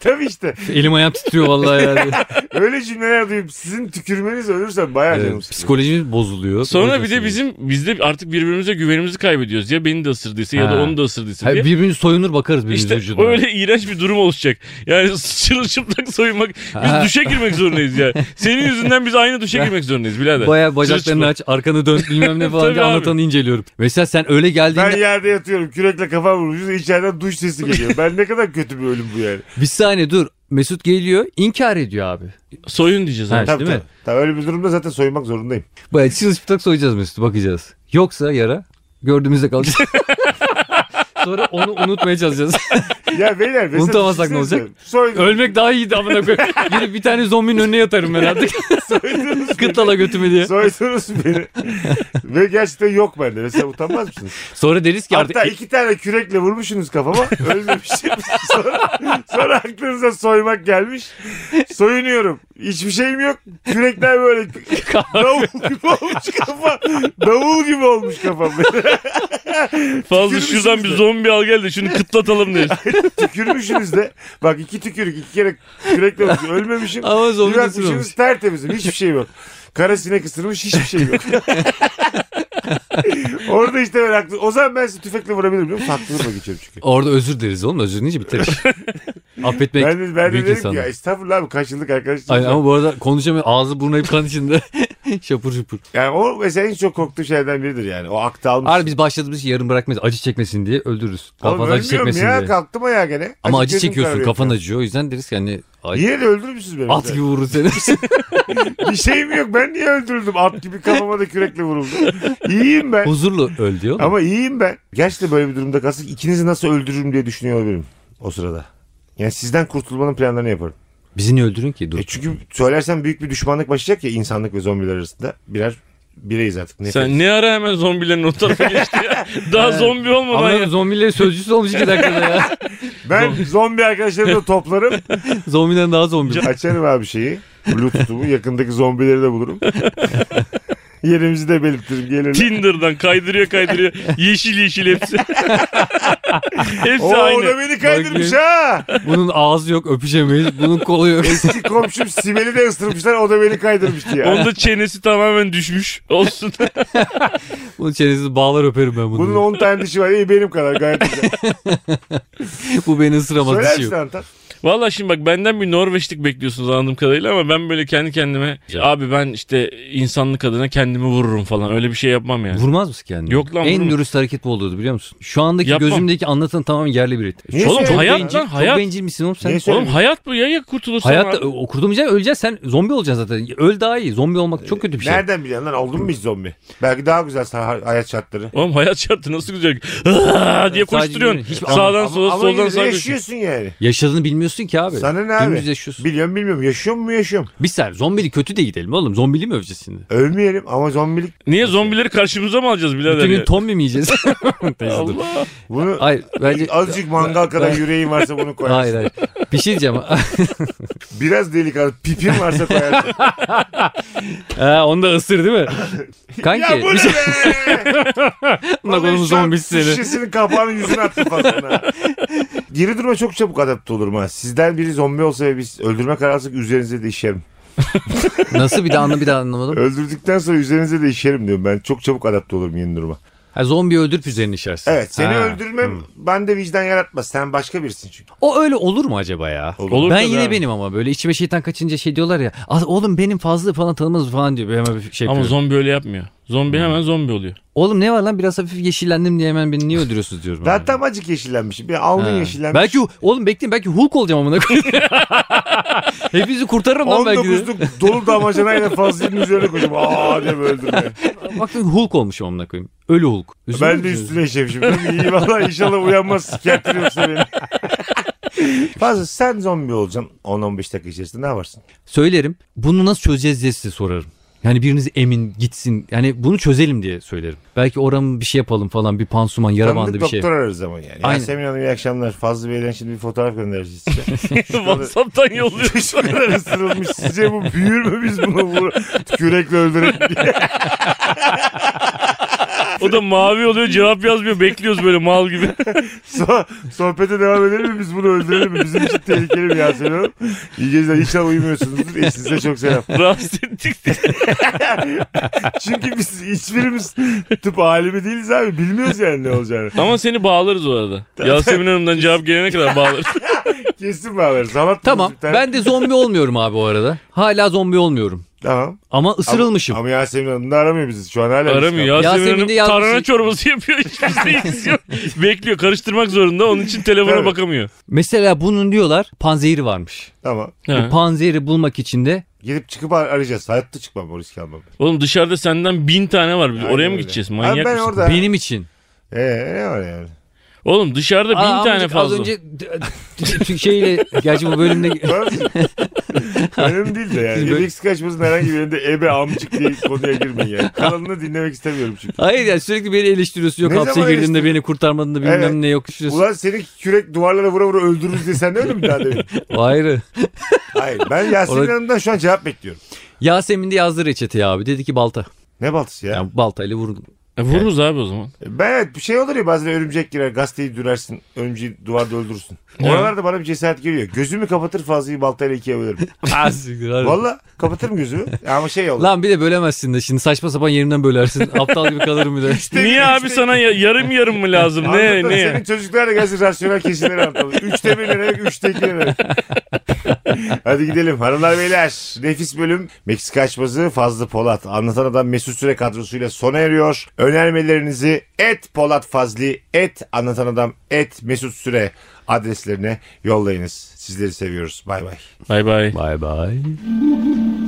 [SPEAKER 1] Tabii işte.
[SPEAKER 2] Elim ayağım titriyor vallahi yani.
[SPEAKER 1] Öyle cümleler duyup sizin tükürmeniz ölürsem bayağı
[SPEAKER 2] Evet,
[SPEAKER 1] canım sıkılır.
[SPEAKER 2] psikolojimiz bozuluyor.
[SPEAKER 3] Sonra bir
[SPEAKER 2] Bozuluyor.
[SPEAKER 3] de bizim biz de artık birbirimize güvenimizi kaybediyoruz. Ya beni de ısırdıysa ya
[SPEAKER 2] Ha.
[SPEAKER 3] da onu da ısırdıysa
[SPEAKER 2] Ha,
[SPEAKER 3] diye.
[SPEAKER 2] birbirini soyunur bakarız birbirimize
[SPEAKER 3] İşte
[SPEAKER 2] vücuduna.
[SPEAKER 3] öyle iğrenç bir durum oluşacak. Yani çırılçıplak soyunmak.
[SPEAKER 2] Ha.
[SPEAKER 3] Biz duşa girmek zorundayız ya. Senin yüzünden biz aynı duşa girmek zorundayız birader.
[SPEAKER 2] Baya bacaklarını
[SPEAKER 3] Çırılçıplak.
[SPEAKER 2] aç arkanı dön bilmem ne falan
[SPEAKER 3] Tabii
[SPEAKER 2] diye
[SPEAKER 3] abi.
[SPEAKER 2] anlatanı inceliyorum. Mesela sen öyle geldiğinde
[SPEAKER 1] Ben yerde yatıyorum kürekle kafam vurmuşuz içeriden duş sesi geliyor. Ben ne kadar kötü bir ölüm bu yani.
[SPEAKER 2] bir saniye dur. Mesut geliyor inkar ediyor abi.
[SPEAKER 3] Soyun diyeceğiz. abi.
[SPEAKER 2] Ha.
[SPEAKER 1] Tabii,
[SPEAKER 2] Değil mi?
[SPEAKER 1] tabii. Tabii öyle bir durumda zaten soyunmak zorundayım.
[SPEAKER 2] Baya çırılçıplak soyacağız Mesut'u bakacağız. Yoksa yara gördüğümüzde kalacak. Sonra onu unutmaya çalışacağız.
[SPEAKER 1] Ya beyler mesela
[SPEAKER 2] Unutamazsak ne
[SPEAKER 1] düşünsenize,
[SPEAKER 2] olacak?
[SPEAKER 1] Soydum.
[SPEAKER 2] Ölmek daha iyiydi amına koyayım. Gidip bir tane zombinin önüne yatarım ben artık.
[SPEAKER 1] Soydunuz
[SPEAKER 2] Kıtala götümü diye.
[SPEAKER 1] Soydunuz beni. Ve gerçekten yok bende. Mesela utanmaz mısınız?
[SPEAKER 2] Sonra deriz ki artık
[SPEAKER 1] Hatta iki tane kürekle vurmuşsunuz kafama. Ölmemişim. sonra, sonra aklınıza soymak gelmiş. Soyunuyorum. Hiçbir şeyim yok. Kürekler böyle davul gibi olmuş kafa. Davul gibi olmuş kafam.
[SPEAKER 3] Fazla
[SPEAKER 1] Tükürmüşsünüz
[SPEAKER 3] şuradan bir
[SPEAKER 1] de.
[SPEAKER 3] zombi al gel de şunu kıtlatalım diye.
[SPEAKER 1] Tükürmüşsünüz de. Bak iki tükürük iki kere kürekle vurmuşum. Ölmemişim.
[SPEAKER 2] ama
[SPEAKER 1] Bir şey
[SPEAKER 2] zombi ısırmamış.
[SPEAKER 1] bakmışsınız tertemizim. Hiçbir şey yok. Kara sinek ısırmış hiçbir şey yok. Orada işte böyle haklı. O zaman ben sizi tüfekle vurabilirim biliyor musun? Haklılığıma geçiyorum çünkü.
[SPEAKER 2] Orada özür deriz oğlum. Özür deyince biter. Affetmek
[SPEAKER 1] ben de, ben de
[SPEAKER 2] büyük
[SPEAKER 1] dedim
[SPEAKER 2] insan.
[SPEAKER 1] ki ya estağfurullah abi kaç yıllık arkadaşlık.
[SPEAKER 2] Ay, ama bu arada konuşamıyor. Ağzı burnu hep kan içinde. şapur şupur.
[SPEAKER 1] Yani o mesela en çok korktuğu şeylerden biridir yani. O akta almış.
[SPEAKER 2] Abi biz başladığımız şey yarın bırakmayız. Acı çekmesin diye öldürürüz.
[SPEAKER 1] Oğlum
[SPEAKER 2] Kafası acı
[SPEAKER 1] ölmüyorum
[SPEAKER 2] çekmesin
[SPEAKER 1] ya
[SPEAKER 2] diye.
[SPEAKER 1] kalktım ayağa gene.
[SPEAKER 2] Ama
[SPEAKER 1] Azıcık
[SPEAKER 2] acı
[SPEAKER 1] gözüm
[SPEAKER 2] çekiyorsun
[SPEAKER 1] kararıyor.
[SPEAKER 2] kafan acıyor. O yüzden deriz ki hani ay,
[SPEAKER 1] Yine de öldürmüşsünüz beni.
[SPEAKER 2] at gibi vurur seni.
[SPEAKER 1] Bir şeyim yok ben niye öldürüldüm? At gibi kafama da kürekle vuruldum. İyiyim ben.
[SPEAKER 2] Huzurlu öl diyor.
[SPEAKER 1] Ama iyiyim ben. Gerçi de böyle bir durumda kalsak ikinizi nasıl öldürürüm diye düşünüyor olabilirim o sırada. Yani sizden kurtulmanın planlarını yaparım.
[SPEAKER 2] Bizi niye öldürün ki? Dur.
[SPEAKER 1] E çünkü söylersen büyük bir düşmanlık başlayacak ya insanlık ve zombiler arasında. Birer bireyiz artık. Nefret.
[SPEAKER 3] Sen ne ara hemen zombilerin o tarafa geçti ya. Daha zombi olmadan
[SPEAKER 2] Ama
[SPEAKER 3] ya.
[SPEAKER 2] zombilerin sözcüsü olmuş iki dakikada ya.
[SPEAKER 1] Ben zombi arkadaşlarımı da toplarım.
[SPEAKER 2] Zombiden daha zombi.
[SPEAKER 1] Açarım abi şeyi. Bluetooth'umu. Yakındaki zombileri de bulurum. Yerimizi de belirtirim. Gelirler.
[SPEAKER 3] Tinder'dan kaydırıyor kaydırıyor. Yeşil yeşil hepsi. hepsi
[SPEAKER 1] Oo o da
[SPEAKER 3] aynı.
[SPEAKER 1] beni kaydırmış ha.
[SPEAKER 2] Bunun ağzı yok öpüşemeyiz. Bunun kolu yok.
[SPEAKER 1] Eski komşum Sibel'i de ısırmışlar. O da beni kaydırmış diye.
[SPEAKER 3] Onda çenesi tamamen düşmüş. Olsun.
[SPEAKER 2] Bunun çenesi bağlar öperim ben bunu.
[SPEAKER 1] Bunun 10 tane dişi var. İyi benim kadar gayet güzel.
[SPEAKER 2] Bu beni ısıramaz.
[SPEAKER 1] Söyler
[SPEAKER 2] Dişi
[SPEAKER 1] misin
[SPEAKER 2] şey yok.
[SPEAKER 1] Antal?
[SPEAKER 3] Valla şimdi bak benden bir Norveçlik bekliyorsunuz anladığım kadarıyla ama ben böyle kendi kendime abi ben işte insanlık adına kendimi vururum falan öyle bir şey yapmam yani.
[SPEAKER 2] Vurmaz mısın kendini?
[SPEAKER 3] Yok lan,
[SPEAKER 2] En
[SPEAKER 3] vurmam.
[SPEAKER 2] dürüst hareket bu olurdu biliyor musun? Şu andaki
[SPEAKER 3] Yapmam.
[SPEAKER 2] gözümdeki anlatan tamamen yerli bir et.
[SPEAKER 1] Niye
[SPEAKER 3] Oğlum
[SPEAKER 1] söylüyorsun
[SPEAKER 3] hayat
[SPEAKER 1] ya?
[SPEAKER 3] lan hayat.
[SPEAKER 2] Çok bencil misin oğlum sen?
[SPEAKER 1] Niye
[SPEAKER 3] Oğlum
[SPEAKER 1] söylüyorsun?
[SPEAKER 3] hayat bu ya ya kurtulursan
[SPEAKER 2] Hayatta
[SPEAKER 3] abi.
[SPEAKER 2] kurtulmayacaksın öleceksin sen zombi olacaksın zaten. Öl daha iyi. Zombi olmak çok kötü bir şey.
[SPEAKER 1] Nereden biliyorsun lan? Oldun mu hiç zombi? Belki daha güzel sa- hayat şartları.
[SPEAKER 3] Oğlum hayat şartı nasıl güzel. Aa diye
[SPEAKER 2] Sadece
[SPEAKER 3] koşturuyorsun.
[SPEAKER 2] yürüyün, hiçbir
[SPEAKER 3] Sağdan
[SPEAKER 1] Ama-
[SPEAKER 3] sola
[SPEAKER 1] ama
[SPEAKER 3] soldan
[SPEAKER 1] yine de
[SPEAKER 3] sağa koşuyorsun.
[SPEAKER 1] yaşıyorsun yani.
[SPEAKER 2] Yaşadığını yaşıyorsun ki abi?
[SPEAKER 1] Sana ne abi?
[SPEAKER 2] Dümdüz yaşıyorsun.
[SPEAKER 1] Biliyorum bilmiyorum. Yaşıyor mu yaşıyorum.
[SPEAKER 2] Bir saniye zombili kötü de gidelim oğlum. Zombili mi öveceğiz şimdi?
[SPEAKER 1] Ölmeyelim ama zombilik
[SPEAKER 4] Niye zombileri karşımıza mı alacağız birader
[SPEAKER 2] Bütün
[SPEAKER 4] ya?
[SPEAKER 2] gün ton mu yiyeceğiz? Neyse, dur.
[SPEAKER 4] Allah.
[SPEAKER 1] bunu
[SPEAKER 2] hayır bence...
[SPEAKER 1] azıcık mangal kadar yüreğin varsa bunu koyarsın.
[SPEAKER 2] Hayır hayır. Bir şey diyeceğim.
[SPEAKER 1] Biraz delikanlı pipin varsa koyarsın.
[SPEAKER 2] ha, onu da ısır değil mi? Kanki.
[SPEAKER 1] ya bu ne be?
[SPEAKER 2] Bak
[SPEAKER 1] Vallahi
[SPEAKER 2] onun
[SPEAKER 1] şu
[SPEAKER 2] zombisi
[SPEAKER 1] an
[SPEAKER 2] seni.
[SPEAKER 1] Şişesinin kapağını yüzüne attı kafasına. Geri duruma çok çabuk adapte olurum ha. Sizden biri zombi olsa ve biz öldürme kararsak üzerinize de işerim.
[SPEAKER 2] Nasıl bir daha anla bir daha anlamadım.
[SPEAKER 1] Öldürdükten sonra üzerinize de işerim diyorum ben. Çok çabuk adapte olurum yeni duruma.
[SPEAKER 2] Ha, zombi öldürüp üzerine işersin.
[SPEAKER 1] Evet seni
[SPEAKER 2] Ha. hmm.
[SPEAKER 1] öldürmem bende vicdan yaratmaz. Sen başka birisin çünkü.
[SPEAKER 2] O öyle olur mu acaba ya?
[SPEAKER 1] Olur.
[SPEAKER 4] Olur
[SPEAKER 2] ben
[SPEAKER 4] tabii
[SPEAKER 2] yine
[SPEAKER 4] abi.
[SPEAKER 2] benim ama böyle içime şeytan kaçınca şey diyorlar ya. "Ah, Oğlum benim fazla falan tanımaz falan diyor. Böyle Hemen bir şey
[SPEAKER 4] Ama
[SPEAKER 2] yapıyorum.
[SPEAKER 4] zombi öyle yapmıyor. Zombi hemen zombi oluyor.
[SPEAKER 2] Oğlum ne var lan biraz hafif yeşillendim diye hemen beni niye öldürüyorsunuz diyorum. ben.
[SPEAKER 1] Ben tam acık yeşillenmişim. Bir alnın
[SPEAKER 2] Hmm. Ha.
[SPEAKER 1] yeşillenmiş.
[SPEAKER 2] Belki oğlum bekleyin belki Hulk olacağım amına koyayım. Hepinizi kurtarırım lan belki de.
[SPEAKER 1] 19'luk dolu damacanayla fazlının üzerine koyacağım. Aa diye böyle öldürme.
[SPEAKER 2] Baktım Hulk olmuşum amına koyayım. Ölü Hulk. Üzülür
[SPEAKER 1] Ben de
[SPEAKER 2] müsünüz?
[SPEAKER 1] üstüne işemişim. Değil mi? İyi valla inşallah uyanmaz. Sikertir yoksa beni. Fazla sen zombi olacaksın 10-15 dakika içerisinde ne yaparsın?
[SPEAKER 2] Söylerim. Bunu nasıl çözeceğiz diye size sorarım. Yani biriniz emin gitsin. Yani bunu çözelim diye söylerim. Belki oramı bir şey yapalım falan bir pansuman yara bandı
[SPEAKER 1] Tanıdık
[SPEAKER 2] bir şey.
[SPEAKER 1] doktor ararız ama yani.
[SPEAKER 2] Aynen.
[SPEAKER 1] Yasemin Hanım iyi akşamlar. Fazlı Bey'den şimdi bir fotoğraf göndereceğiz size. Şu kadar-
[SPEAKER 4] WhatsApp'tan yolluyor.
[SPEAKER 1] Şu kadar ısırılmış. Sizce bu büyür mü biz bunu vur, kürekle öldürelim diye.
[SPEAKER 4] O da mavi oluyor cevap yazmıyor. Bekliyoruz böyle mal gibi.
[SPEAKER 1] So- sohbete devam edelim mi biz bunu öldürelim mi? Bizim için tehlikeli bir Yasemin Hanım. İyi geceler inşallah uyumuyorsunuzdur. Eşinize çok selam.
[SPEAKER 4] Rahatsız ettik diye.
[SPEAKER 1] Çünkü biz hiçbirimiz tıp alimi değiliz abi. Bilmiyoruz yani ne olacağını.
[SPEAKER 4] Ama seni bağlarız o arada. Yasemin Hanım'dan cevap gelene kadar bağlarız.
[SPEAKER 1] Kesin bağlarız. Salat
[SPEAKER 2] Tamam
[SPEAKER 1] bir tane-
[SPEAKER 2] ben de zombi olmuyorum abi o arada. Hala zombi olmuyorum.
[SPEAKER 1] Tamam.
[SPEAKER 2] Ama ısırılmışım.
[SPEAKER 1] Ama Yasemin Hanım da aramıyor bizi. Şu an hala
[SPEAKER 4] Aramıyor.
[SPEAKER 1] biz kaldık.
[SPEAKER 4] Yasemin,
[SPEAKER 2] Yasemin
[SPEAKER 4] Hanım
[SPEAKER 2] de yalnız-
[SPEAKER 4] tarhana çorbası yapıyor. Hiçbir şey yok. Bekliyor. Karıştırmak zorunda. Onun için telefona
[SPEAKER 1] Tabii.
[SPEAKER 4] bakamıyor.
[SPEAKER 2] Mesela bunun diyorlar panzehiri varmış.
[SPEAKER 1] Tamam.
[SPEAKER 4] Ha.
[SPEAKER 2] Bu panzehiri bulmak için de
[SPEAKER 1] Gidip çıkıp ar- arayacağız. Hayatta çıkmam o riski almam.
[SPEAKER 4] Oğlum dışarıda senden bin tane var. Biz
[SPEAKER 1] Aynen
[SPEAKER 4] oraya mı
[SPEAKER 1] öyle.
[SPEAKER 4] gideceğiz?
[SPEAKER 1] Abi
[SPEAKER 4] Manyak
[SPEAKER 1] ben
[SPEAKER 4] mısın?
[SPEAKER 1] orada.
[SPEAKER 2] benim için.
[SPEAKER 1] Ee, ne var yani?
[SPEAKER 4] Oğlum dışarıda bin
[SPEAKER 2] Aa,
[SPEAKER 4] tane
[SPEAKER 2] amcık
[SPEAKER 4] fazla.
[SPEAKER 2] Az önce t- şeyle gerçi bu bölümde
[SPEAKER 1] Önemli değil de yani.
[SPEAKER 2] Biz böyle-
[SPEAKER 1] Yedeksiz kaçmasının herhangi birinde ebe amcık diye konuya girmeyin yani. Kanalını dinlemek istemiyorum çünkü.
[SPEAKER 2] Hayır ya sürekli beni eleştiriyorsun. Yok
[SPEAKER 1] Ne
[SPEAKER 2] hapse
[SPEAKER 1] zaman
[SPEAKER 2] girdiğinde
[SPEAKER 1] eleştirdin?
[SPEAKER 2] beni kurtarmadın da bilmem
[SPEAKER 1] Evet.
[SPEAKER 2] ne yok. Şurası.
[SPEAKER 1] Ulan seni kürek duvarlara vura vura öldürürüz diye sen de öyle mi daha demin?
[SPEAKER 2] O ayrı.
[SPEAKER 1] Hayır ben Yasemin
[SPEAKER 2] Orada-
[SPEAKER 1] Hanım'dan şu an cevap bekliyorum.
[SPEAKER 2] Yasemin de yazdı reçeteyi abi. Dedi ki balta.
[SPEAKER 1] Ne baltası ya?
[SPEAKER 2] Yani baltayla vurun.
[SPEAKER 4] E, vururuz abi o zaman.
[SPEAKER 1] Ben evet bir şey olur ya bazen örümcek girer gazeteyi dürersin örümceği duvarda öldürürsün. Oralarda bana bir cesaret geliyor. Gözümü kapatır fazlayı baltayla ikiye bölerim.
[SPEAKER 2] Ah, siktir, hadi.
[SPEAKER 1] Valla kapatırım gözümü ama şey olur.
[SPEAKER 2] Lan bir de bölemezsin de şimdi saçma sapan yerimden bölersin. Aptal gibi kalırım bir de.
[SPEAKER 4] Niye abi sana ya- yarım yarım mı lazım? ne
[SPEAKER 1] Anladım,
[SPEAKER 4] ne?
[SPEAKER 1] Senin çocuklar da gelsin rasyonel kesimleri anlatalım. Üçte bir lira, üçte iki lira. Hadi gidelim hanımlar beyler. Nefis bölüm. Meksika açması Fazlı Polat. Anlatan adam Mesut Süre kadrosuyla sona eriyor. Önermelerinizi et Polat Fazli, et anlatan adam, et Mesut Süre adreslerine yollayınız. Sizleri seviyoruz. Bay bay.
[SPEAKER 4] Bay bay.
[SPEAKER 2] Bay bay.